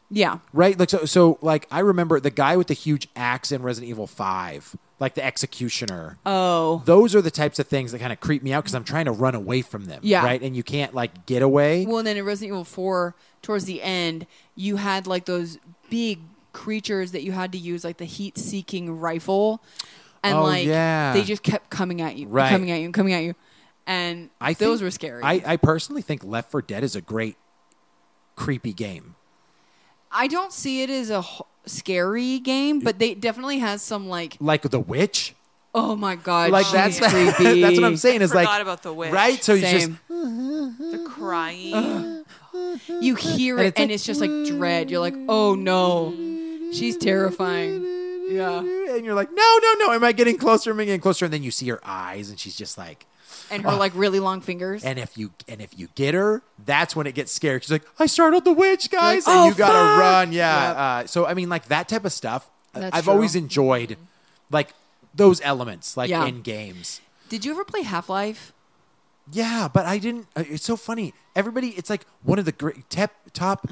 S2: Yeah.
S1: right? Like so, so like I remember the guy with the huge axe in Resident Evil Five, like the executioner.
S2: Oh.
S1: those are the types of things that kind of creep me out because I'm trying to run away from them,
S2: Yeah.
S1: right? And you can't like get away.
S2: Well, and then in Resident Evil Four, towards the end, you had like those big creatures that you had to use like the heat-seeking rifle, and
S1: Oh,
S2: like
S1: yeah.
S2: they just kept coming at you, and
S1: Right.
S2: coming at you, and coming at you, and
S1: I
S2: those
S1: think-
S2: were scary.
S1: I, I personally think Left 4 Dead is a great creepy game.
S2: I don't see it as a h- scary game, but they it definitely has some like,
S1: Like The Witch,
S2: oh my god,
S1: like
S2: she's
S1: that's
S2: creepy.
S1: that's what I'm saying. Is like
S3: Forgot about The Witch.
S1: right? So you just
S2: Same.
S3: The crying.
S2: You hear
S1: And
S2: it,
S1: it's
S2: and
S1: like-
S2: it's just like dread. You're like, oh no, she's terrifying. Yeah.
S1: And you're like, no, no, no. Am I getting closer? Am I getting closer? And then you see her eyes, and she's just like,
S2: And her like really long fingers.
S1: and if you and if you get her, that's when it gets scary. She's like, I startled the witch, guys,
S2: like,
S1: and
S2: "Oh,
S1: you gotta
S2: fuck!"
S1: run. Yeah.
S2: Yep.
S1: Uh, so I mean, like that type of stuff. uh,
S2: That's
S1: I've
S2: true.
S1: always enjoyed, like those elements, like
S2: Yeah.
S1: in games.
S2: Did you ever play Half Life?
S1: Yeah, but I didn't. uh, It's so funny. Everybody, it's like one of the great tep, top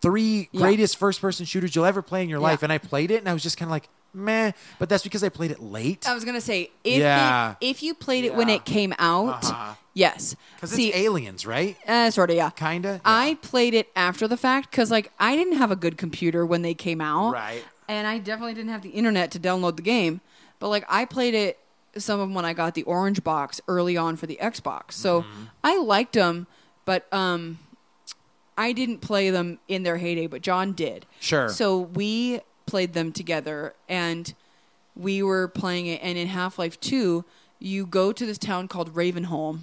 S1: three
S2: Yeah.
S1: greatest first person shooters you'll ever play in your life.
S2: Yeah.
S1: And I played it, and I was just kind of like, meh. But that's because I played it late.
S2: I was gonna say if
S1: Yeah.
S2: it, if you played it when
S1: Yeah.
S2: it came out,
S1: Uh-huh.
S2: yes.
S1: Because
S2: See,
S1: it's aliens, right?
S2: uh, sort of yeah.
S1: Kinda.
S2: I played it after the fact because like I didn't have a good computer when they came out,
S1: Right.
S2: And I definitely didn't have the internet to download the game. But like I played it some of 'em when I got the orange box early on for the Xbox, so
S1: Mm-hmm.
S2: I liked them, but um, I didn't play them in their heyday, but John did.
S1: Sure.
S2: So we played them together and we were playing it and in Half-Life 2, you go to this town called Ravenholm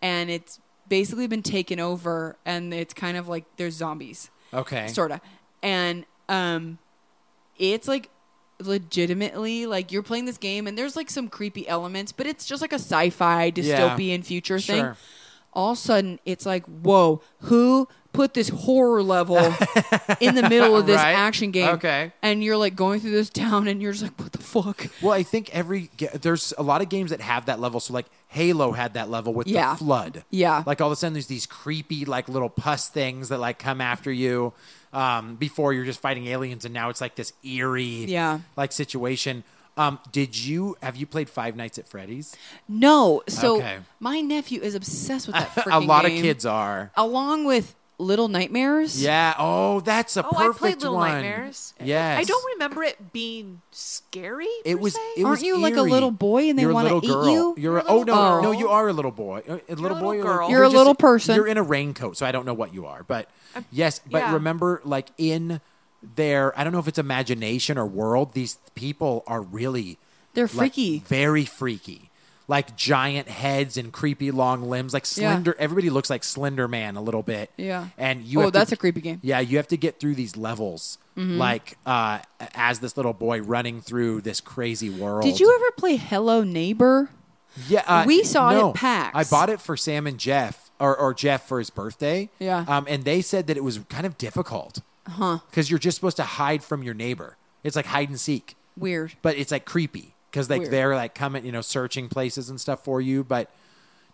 S2: and it's basically been taken over and it's kind of like there's zombies
S1: Okay.
S2: sort of and um it's like legitimately like you're playing this game and there's like some creepy elements but it's just like a sci-fi dystopian future thing
S1: Sure.
S2: all of a sudden it's like whoa who put this horror level in the middle of this
S1: Right.
S2: action game
S1: Okay.
S2: and you're like going through this town and you're just like what the fuck
S1: Well, I think every ga- there's a lot of games that have that level. So like Halo had that level with
S2: Yeah.
S1: the flood.
S2: Yeah.
S1: Like all of a sudden there's these creepy like little pus things that like come after you. Um, before you're just fighting aliens, and now it's like this eerie
S2: Yeah.
S1: like situation. Um, did you have you played Five Nights at Freddy's?
S2: no so
S1: Okay.
S2: my nephew is obsessed with that
S1: a
S2: freaking
S1: lot
S2: game.
S1: of kids are.
S2: along with Little Nightmares.
S1: Yeah. Oh, that's a
S3: Oh, I played
S1: perfect
S3: Little
S1: one.
S3: Nightmares.
S1: Yes.
S3: I don't remember it being scary. per
S1: It was.
S3: se.
S1: It
S2: Aren't
S1: was
S2: you like a
S1: eerie.
S2: little boy and they
S1: You're a
S2: wanna
S1: little
S2: eat
S1: girl.
S2: you?
S1: You're.
S3: You're
S1: A,
S3: a
S1: oh
S3: little
S1: no,
S3: girl.
S1: no, you are a little boy. A little
S3: little
S1: boy.
S3: girl.
S2: You're a little person.
S1: You're in a raincoat, so I don't know what you are, but yes. But
S3: yeah.
S1: remember, like in their, I don't know if it's imagination or world. These people are really.
S2: They're
S1: like,
S2: freaky.
S1: very freaky. Like giant heads and creepy long limbs, like
S2: Yeah.
S1: slender. Everybody looks like Slender Man a little bit.
S2: Yeah.
S1: and you.
S2: Oh,
S1: have to-
S2: that's a creepy game.
S1: yeah, you have to get through these levels,
S2: Mm-hmm.
S1: like uh, as this little boy running through this crazy world.
S2: Did you ever play Hello Neighbor?
S1: Yeah, uh,
S2: We saw it at
S1: no.
S2: PAX.
S1: I bought it for Sam and Jeff, or, or Jeff for his birthday.
S2: Yeah.
S1: um, and they said that it was kind of difficult, huh? Because you're just supposed to hide from your neighbor. It's like hide and seek,
S2: Weird.
S1: but it's like creepy because like
S2: Weird.
S1: they're like coming, you know, searching places and stuff for you. But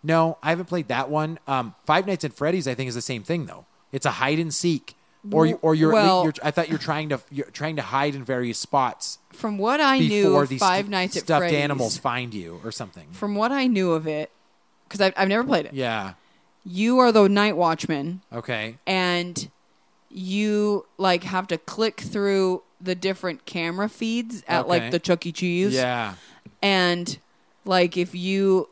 S1: no, I haven't played that one. Um, Five Nights at Freddy's, I think, is the same thing though. It's a hide and seek, or you- or you're, at lea-
S2: Well-
S1: you're I thought you're trying to you're trying to hide in various spots
S2: From what I knew,
S1: before
S2: of
S1: these
S2: Five
S1: stu-
S2: Nights at
S1: stuffed
S2: Freddy's,
S1: animals find you or something.
S2: From what I knew of it, because I've, I've never played it.
S1: Yeah.
S2: You are the night watchman,
S1: Okay.
S2: and you like have to click through the different camera feeds at
S1: Okay.
S2: like the Chuck E. Cheese.
S1: Yeah.
S2: and like if you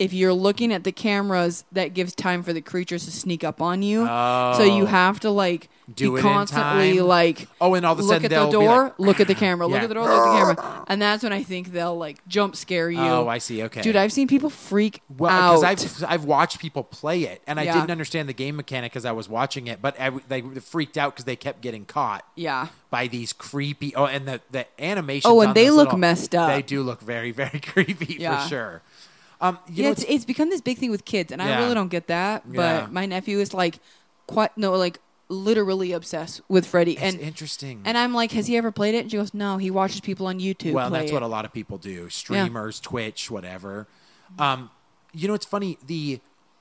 S2: if you're looking at the cameras that gives time for the creatures to sneak up on you so you
S1: Oh.
S2: have to like
S1: Do it
S2: be
S1: in
S2: constantly
S1: time.
S2: like
S1: Oh, and all of a
S2: look
S1: sudden
S2: at
S1: they'll
S2: the
S1: be
S2: door
S1: like,
S2: look at the camera look
S1: Yeah.
S2: at the door look at the camera and that's when i think they'll like jump scare you
S1: Oh, I see. Okay.
S2: dude i've seen people freak
S1: well
S2: out
S1: because I've I've watched people play it and I
S2: Yeah.
S1: didn't understand the game mechanic because I was watching it, but I, they freaked out because they kept getting caught
S2: yeah
S1: by these creepy. Oh, and the the animation.
S2: Oh, and they look messed up.
S1: They do look very very creepy
S2: Yeah.
S1: for sure. Um, you
S2: yeah,
S1: know,
S2: it's,
S1: it's,
S2: it's become this big thing with kids, and I
S1: Yeah.
S2: really don't get that. But
S1: Yeah.
S2: my nephew is like, quite no, like literally obsessed with Freddy,
S1: it's
S2: and
S1: interesting.
S2: And I'm like, has he ever played it? And she goes, no, he watches people on YouTube.
S1: well,
S2: play
S1: that's
S2: it.
S1: what a lot of people do: streamers, Twitch, whatever. Um, you know, it's funny the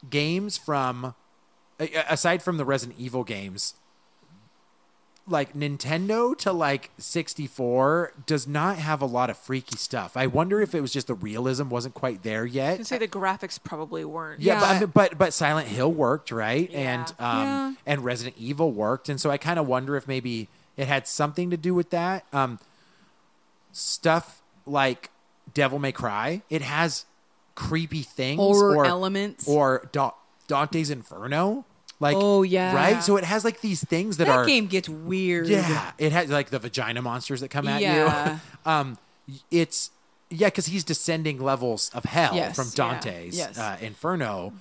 S1: games from a- aside from the Resident Evil games, like Nintendo to like 64 does not have a lot of freaky stuff. I wonder if it was just the realism wasn't quite there yet.
S3: can say the graphics probably weren't.
S1: Yeah,
S2: Yeah.
S1: But, but but Silent Hill worked, right?
S3: Yeah.
S1: And um
S2: Yeah.
S1: and Resident Evil worked, and so I kind of wonder if maybe it had something to do with that. Um stuff like Devil May Cry, it has creepy things
S2: Horror
S1: or
S2: elements.
S1: or Da- Dante's Inferno. Like
S2: Oh, yeah.
S1: Right? So it has like these things that,
S2: that
S1: are
S2: game gets weird.
S1: yeah, it has like the vagina monsters that come at
S2: Yeah.
S1: you. um, y- it's yeah, because he's descending levels of hell
S2: Yes,
S1: from
S2: yeah,
S1: Dante's
S2: yes.
S1: uh, Inferno,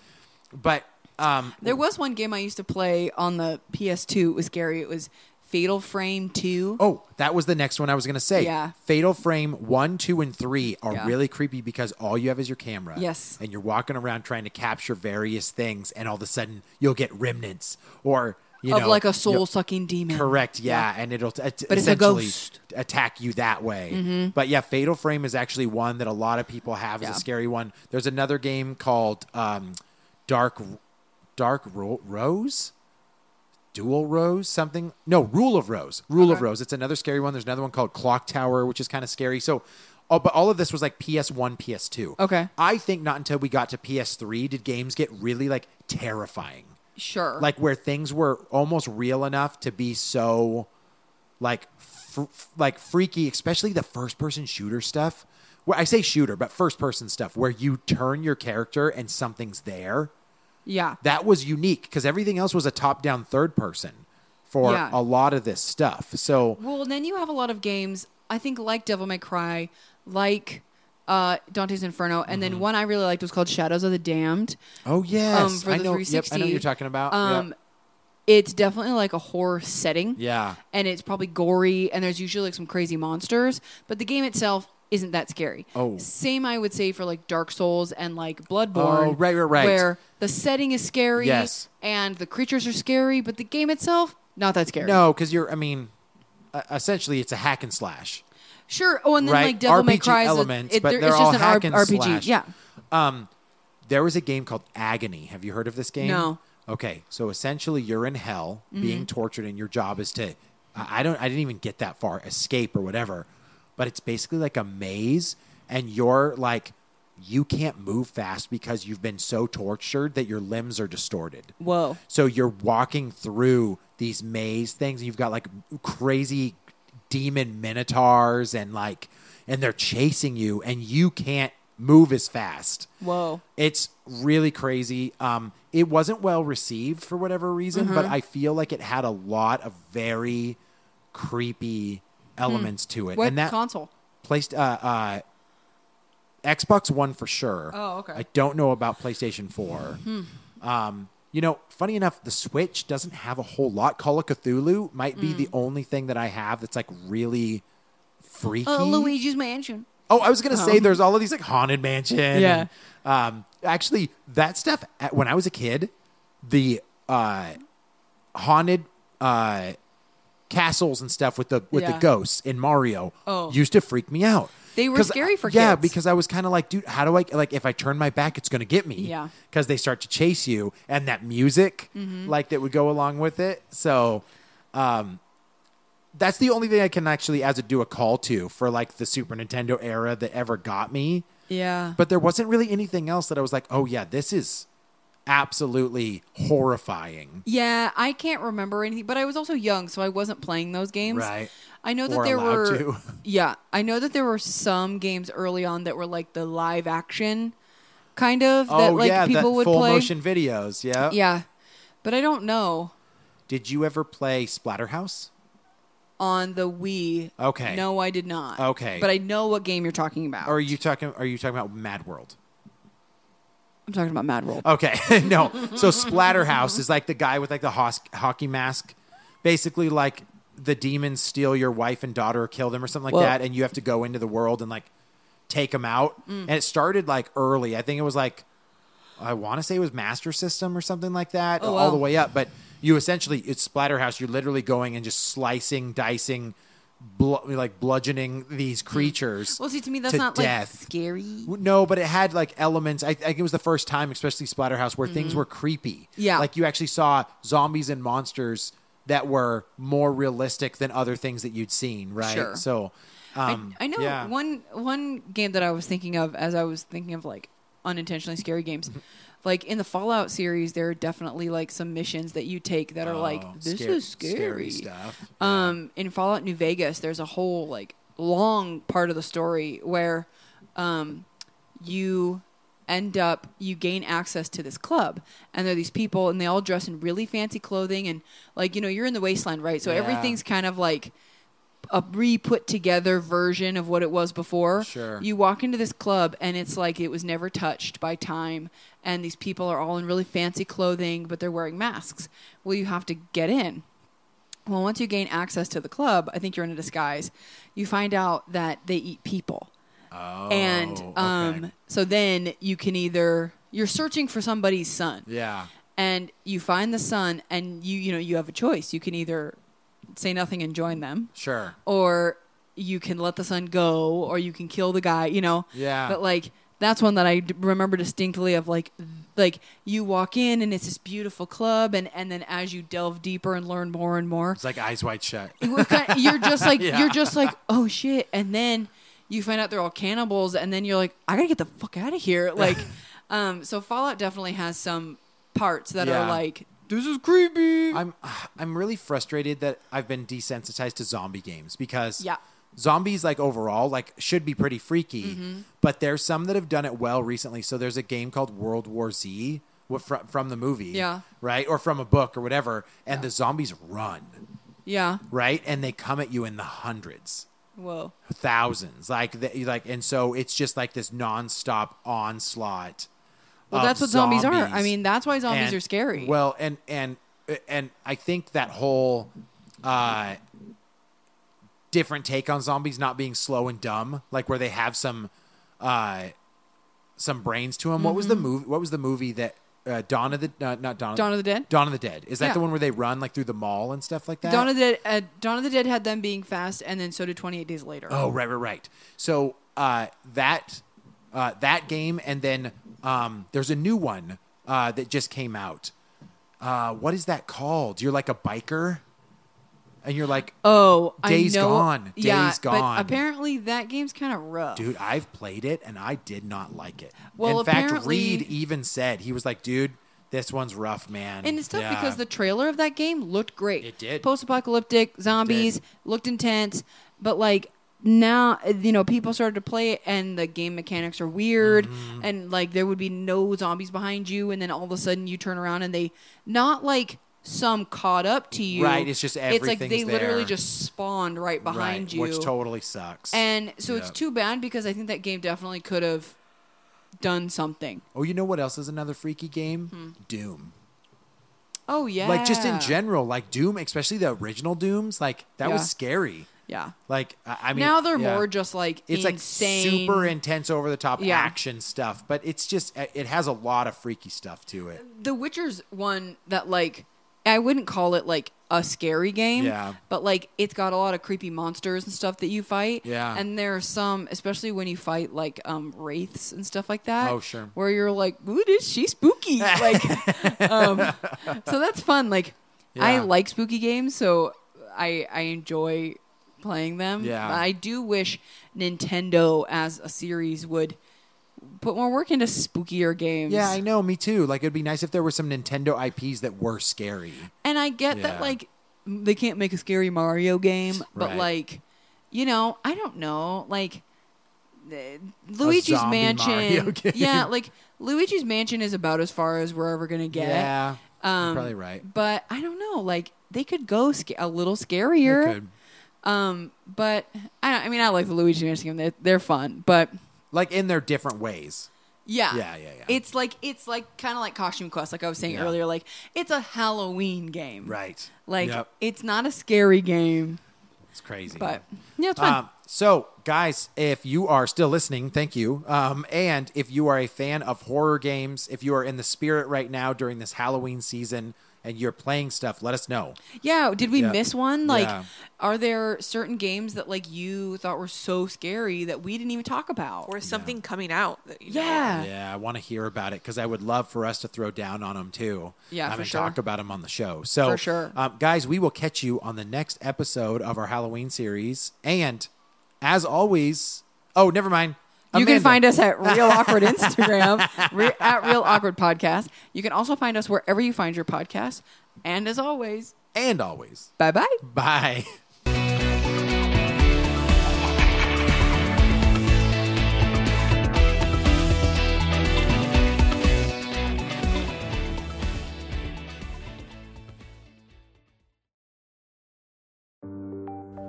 S1: but um,
S2: There was one game I used to play on the PS2. It was scary. It was Fatal Frame 2.
S1: oh, that was the next one I was gonna say.
S2: Yeah.
S1: Fatal Frame one, two, and three are
S2: Yeah.
S1: really creepy because all you have is your camera.
S2: Yes.
S1: and you're walking around trying to capture various things, and all of a sudden you'll get remnants or you
S2: of
S1: know
S2: like a
S1: you'll-
S2: soul sucking demon.
S1: Correct. Yeah, and it'll t-
S2: a
S1: essentially
S2: ghost. Mm-hmm.
S1: attack you that way. But yeah, Fatal Frame is actually one that a lot of people have as
S2: Yeah.
S1: a scary one. There's another game called um, Dark Dark Ro- Rose. Dual Rose, something. No, Rule of Rose. Rule of
S2: Okay.
S1: Rose. It's another scary one. There's another one called Clock Tower, which is kind of scary. So, oh, but all of this was like PS1, PS2.
S2: Okay.
S1: I think not until we got to PS3 did games get really like terrifying
S2: Sure.
S1: like where things were almost real enough to be so like fr- like freaky especially the first person shooter stuff well i say shooter but first person stuff where you turn your character and something's there
S2: yeah.
S1: that was unique because everything else was a top down third person for
S2: Yeah.
S1: a lot of this stuff so
S2: Well, then you have a lot of games, I think, like Devil May Cry, like uh, Dante's Inferno, and
S1: Mm-hmm.
S2: then one I really liked was called Shadows of the Damned.
S1: oh yes
S2: Um, for
S1: i
S2: the
S1: know yep, i know what
S2: 360,
S1: you're talking about
S2: Um,
S1: Yep.
S2: It's definitely like a horror setting.
S1: yeah
S2: and it's probably gory and there's usually like some crazy monsters but the game itself isn't that scary
S1: Oh.
S2: same i would say for like dark souls and like bloodborne
S1: Oh, right, right, right.
S2: where the setting is scary
S1: Yes.
S2: and the creatures are scary but the game itself not that scary
S1: no because you're i mean uh, essentially it's a hack and slash
S2: sure oh and then
S1: Right,
S2: like devil may
S1: RPG
S2: cry is a-
S1: elements,
S2: it,
S1: but
S2: there-
S1: they're
S2: it's
S1: all
S2: just an
S1: hack and
S2: R- rpg
S1: slash.
S2: yeah
S1: there was a game called Agony. Have you heard of this game?
S2: No.
S1: Okay, so essentially you're in hell, being tortured, and your job is to I I don't I didn't even get that far, escape or whatever. But it's basically like a maze, and you're like you can't move fast because you've been so tortured that your limbs are distorted.
S2: whoa
S1: So you're walking through these maze things, and you've got like crazy demon minotaurs, and like, and they're chasing you, and you can't move as fast.
S2: Whoa.
S1: It's really crazy. Um, it wasn't well received for whatever reason, but
S2: Mm-hmm.
S1: I feel like it had a lot of very creepy elements to it.
S2: what
S1: and that
S2: console
S1: placed uh, uh, Xbox One for sure.
S2: Oh, okay. Hmm.
S1: I don't know about PlayStation Four. Um, you know, funny enough, the Switch doesn't have a whole lot. Call of Cthulhu
S2: Hmm.
S1: might be the only thing that I have that's like really freaky.
S2: uh, Oh, luigi's mansion
S1: Oh, I was gonna say there's all of these like haunted mansion. and,
S2: Yeah.
S1: um, actually, that stuff at, when I was a kid, the uh, haunted uh, castles and stuff with the with
S2: Yeah.
S1: the ghosts in Mario
S2: Oh.
S1: used to freak me out.
S2: They were
S1: 'Cause-
S2: scary for
S1: yeah,
S2: kids.
S1: because I was kind of like, dude, how do I like if I turn my back, it's gonna get me.
S2: Yeah. Mm-hmm.
S1: because they start to chase you, and that music like that would go along with it. So um, that's the only thing I can actually as a do a call to for like the Super Nintendo era that ever got me.
S2: Yeah.
S1: But there wasn't really anything else that I was like, oh yeah, this is absolutely horrifying.
S2: Yeah, I can't remember anything, but I was also young, so I wasn't playing those games.
S1: Right.
S2: I know that
S1: Or
S2: there
S1: allowed
S2: were
S1: to.
S2: Yeah, I know that there were some games early on that were like the live action kind of that
S1: oh
S2: like
S1: yeah,
S2: people
S1: that
S2: would
S1: full
S2: play.
S1: motion videos. Yeah.
S2: Yeah. But I don't know
S1: Did you ever play Splatterhouse?
S2: on the Wii.
S1: Okay.
S2: No, I did not.
S1: Okay.
S2: But I know what game you're talking about.
S1: Or are you talking are you talking about Mad World?
S2: I'm talking about Mad World.
S1: Okay, no. So Splatterhouse is like the guy with like the hos- hockey mask, basically like the demons steal your wife and daughter or kill them or something like
S2: Whoa.
S1: that, and you have to go into the world and like take them out.
S2: Mm.
S1: And it started like early. I think it was like I want to say it was Master System or something like that,
S2: Oh,
S1: all
S2: wow.
S1: the way up. But you essentially it's Splatterhouse. You're literally going and just slicing, dicing, bl- like bludgeoning these creatures.
S2: Mm. Well, see, to me, that's
S1: to
S2: not
S1: death.
S2: like scary.
S1: W- No, but it had like elements. I, I think it was the first time, especially Splatterhouse, where things were creepy.
S2: Mm-hmm. Yeah.
S1: like you actually saw zombies and monsters that were more realistic than other things that you'd seen. Right.
S2: Sure.
S1: So, um,
S2: I know
S1: yeah.
S2: one one game that I was thinking of as I was thinking of like unintentionally scary games.
S1: Mm-hmm.
S2: Like in the Fallout series, there are definitely like some missions that you take that are
S1: Oh,
S2: like this
S1: scar-
S2: is scary.
S1: stuff.
S2: Um, in Fallout New Vegas, there's a whole like long part of the story where um, you end up you gain access to this club and there are these people and they all dress in really fancy clothing and like you know you're in the wasteland right so
S1: Yeah.
S2: everything's kind of like a re put together version of what it was before.
S1: Sure.
S2: You walk into this club and it's like it was never touched by time, and these people are all in really fancy clothing, but they're wearing masks. Well, you have to get in. Well, once you gain access to the club, I think you're in a disguise. You find out that they eat people.
S1: Oh,
S2: and
S1: okay.
S2: um, so then you can either, you're searching for somebody's son
S1: yeah,
S2: and you find the son and you you know you have a choice you can either say nothing and join them
S1: sure.
S2: or you can let the son go or you can kill the guy you know
S1: Yeah.
S2: but like that's one that i d- remember distinctly of like like you walk in and it's this beautiful club and and then as you delve deeper and learn more and more
S1: It's like eyes wide shut.
S2: we're kind you're just like
S1: Yeah.
S2: you're just like oh shit and then you find out they're all cannibals and then you're like i gotta get the fuck out of here like um so fallout definitely has some parts that
S1: Yeah.
S2: are like this is creepy
S1: I'm I'm really frustrated that I've been desensitized to zombie games because
S2: Yeah.
S1: zombies like overall like should be pretty freaky,
S2: Mm-hmm.
S1: but there's some that have done it well recently. So there's a game called World War Z wha- from from the movie,
S2: Yeah.
S1: right, or from a book or whatever, and the zombies run
S2: yeah
S1: right, and they come at you in the hundreds
S2: whoa
S1: thousands like the, like and so it's just like this nonstop onslaught
S2: Well,
S1: of
S2: that's what zombies are.
S1: zombies.
S2: I mean, that's why zombies
S1: And-
S2: are scary.
S1: well and and and i think that whole uh different take on zombies not being slow and dumb like where they have some uh some brains to them what was the movie what was the movie that uh, Dawn of the uh, not Dawn,
S2: Mm-hmm. Dawn of the Dead?
S1: Dawn of the Dead is that
S2: Yeah.
S1: the one where they run like through the mall and stuff like that
S2: Dawn of the Dead, uh, Dawn of the Dead had them being fast, and then so did Twenty Eight Days Later.
S1: Oh, right, right, right. So uh, that uh, that game, and then um, there's a new one uh, that just came out. Uh, what is that called? You're like a biker, and you're like,
S2: Oh,
S1: Days
S2: I know.
S1: Gone.
S2: yeah,
S1: Days Gone.
S2: But apparently, that game's kind of rough.
S1: dude, I've played it and I did not like it.
S2: Well,
S1: in fact,
S2: apparently-
S1: Reed even said he was like, dude, this one's rough, man.
S2: And it's tough
S1: Yeah.
S2: because the trailer of that game looked great.
S1: It did.
S2: Post-apocalyptic zombies looked intense, but like now uh, you know people started to play it and the game mechanics are weird
S1: Mm-hmm.
S2: and like there would be no zombies behind you and then all of a sudden you turn around and they not like some caught up to you
S1: Right, it's just
S2: it's like they
S1: everything's
S2: literally
S1: there.
S2: just spawned right behind
S1: Right,
S2: you
S1: which totally sucks.
S2: and so it's
S1: Yep.
S2: too bad because i think that game definitely could have done something
S1: oh, you know what else is another freaky game?
S2: Hmm.
S1: Doom.
S2: oh yeah
S1: Like just in general, like Doom, especially the original Dooms, like that
S2: Yeah.
S1: was scary.
S2: Yeah.
S1: Like I I mean,
S2: now they're
S1: yeah.
S2: more just like
S1: it's
S2: insane.
S1: like super intense, over the top
S2: Yeah.
S1: action stuff, but it's just uh, it has a lot of freaky stuff to it.
S2: The Witcher's one that like I wouldn't call it like a scary game,
S1: Yeah.
S2: but like it's got a lot of creepy monsters and stuff that you fight.
S1: Yeah.
S2: And there are some, especially when you fight like um wraiths and stuff like that.
S1: Oh, sure.
S2: Where you're like, ooh, is she spooky? like um so that's fun. Like I
S1: Yeah.
S2: like spooky games, so I I enjoy playing them.
S1: Yeah.
S2: But I do wish Nintendo as a series would put more work into spookier games.
S1: Yeah, I know. Me too. Like it'd be nice if there were some Nintendo IPs that were scary.
S2: And I get
S1: Yeah.
S2: that like m- they can't make a scary Mario game, but
S1: Right.
S2: like you know, I don't know, like eh, Luigi's
S1: zombie Mario
S2: Mansion.
S1: game.
S2: Yeah, like Luigi's Mansion is about as far as we're ever going to get.
S1: Yeah,
S2: Um,
S1: you're probably right.
S2: But I don't know, like they could go sca- a little scarier.
S1: They could.
S2: Um, but I, I mean, I like the Luigi's Mansion game; they're, they're fun. But
S1: Like in their different ways.
S2: yeah,
S1: Yeah, yeah, yeah.
S2: It's like it's like kind of like Costume Quest, like I was saying
S1: Yeah.
S2: earlier. Like it's a Halloween game,
S1: Right.
S2: Like
S1: Yep.
S2: it's not a scary game,
S1: it's crazy.
S2: but yeah, it's fun.
S1: Um, so, guys, if you are still listening, thank you. Um, and if you are a fan of horror games, if you are in the spirit right now during this Halloween season and you're playing stuff, let us know.
S2: yeah, did we
S1: yeah.
S2: miss one? Like,
S1: Yeah.
S2: are there certain games that like you thought were so scary that we didn't even talk about?
S3: or something coming out. That, you know,
S2: yeah.
S1: Yeah, I want to hear about it because I would love for us to throw down on them too.
S2: Yeah,
S1: um,
S2: for
S1: and
S2: sure.
S1: talk about them on the show. So,
S2: For sure.
S1: um, guys, we will catch you on the next episode of our Halloween series. And as always, oh, never mind.
S2: You can
S1: Amanda.
S2: find us at Real Awkward Instagram, re- at Real Awkward Podcast. You can also find us wherever you find your podcast. And as always,
S1: and always.
S2: bye bye.
S1: Bye.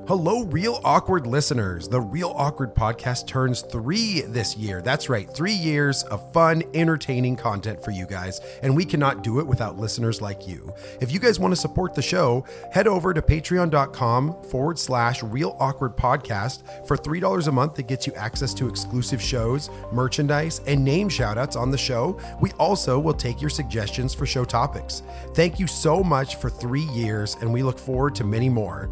S4: Hello, Real Awkward listeners. The Real Awkward podcast turns three this year. That's right, three years of fun, entertaining content for you guys. And we cannot do it without listeners like you. If you guys want to support the show, head over to patreon.com forward slash real awkward podcast for $3 a month that gets you access to exclusive shows, merchandise, and name shout outs on the show. We also will take your suggestions for show topics. Thank you so much for three years, and we look forward to many more.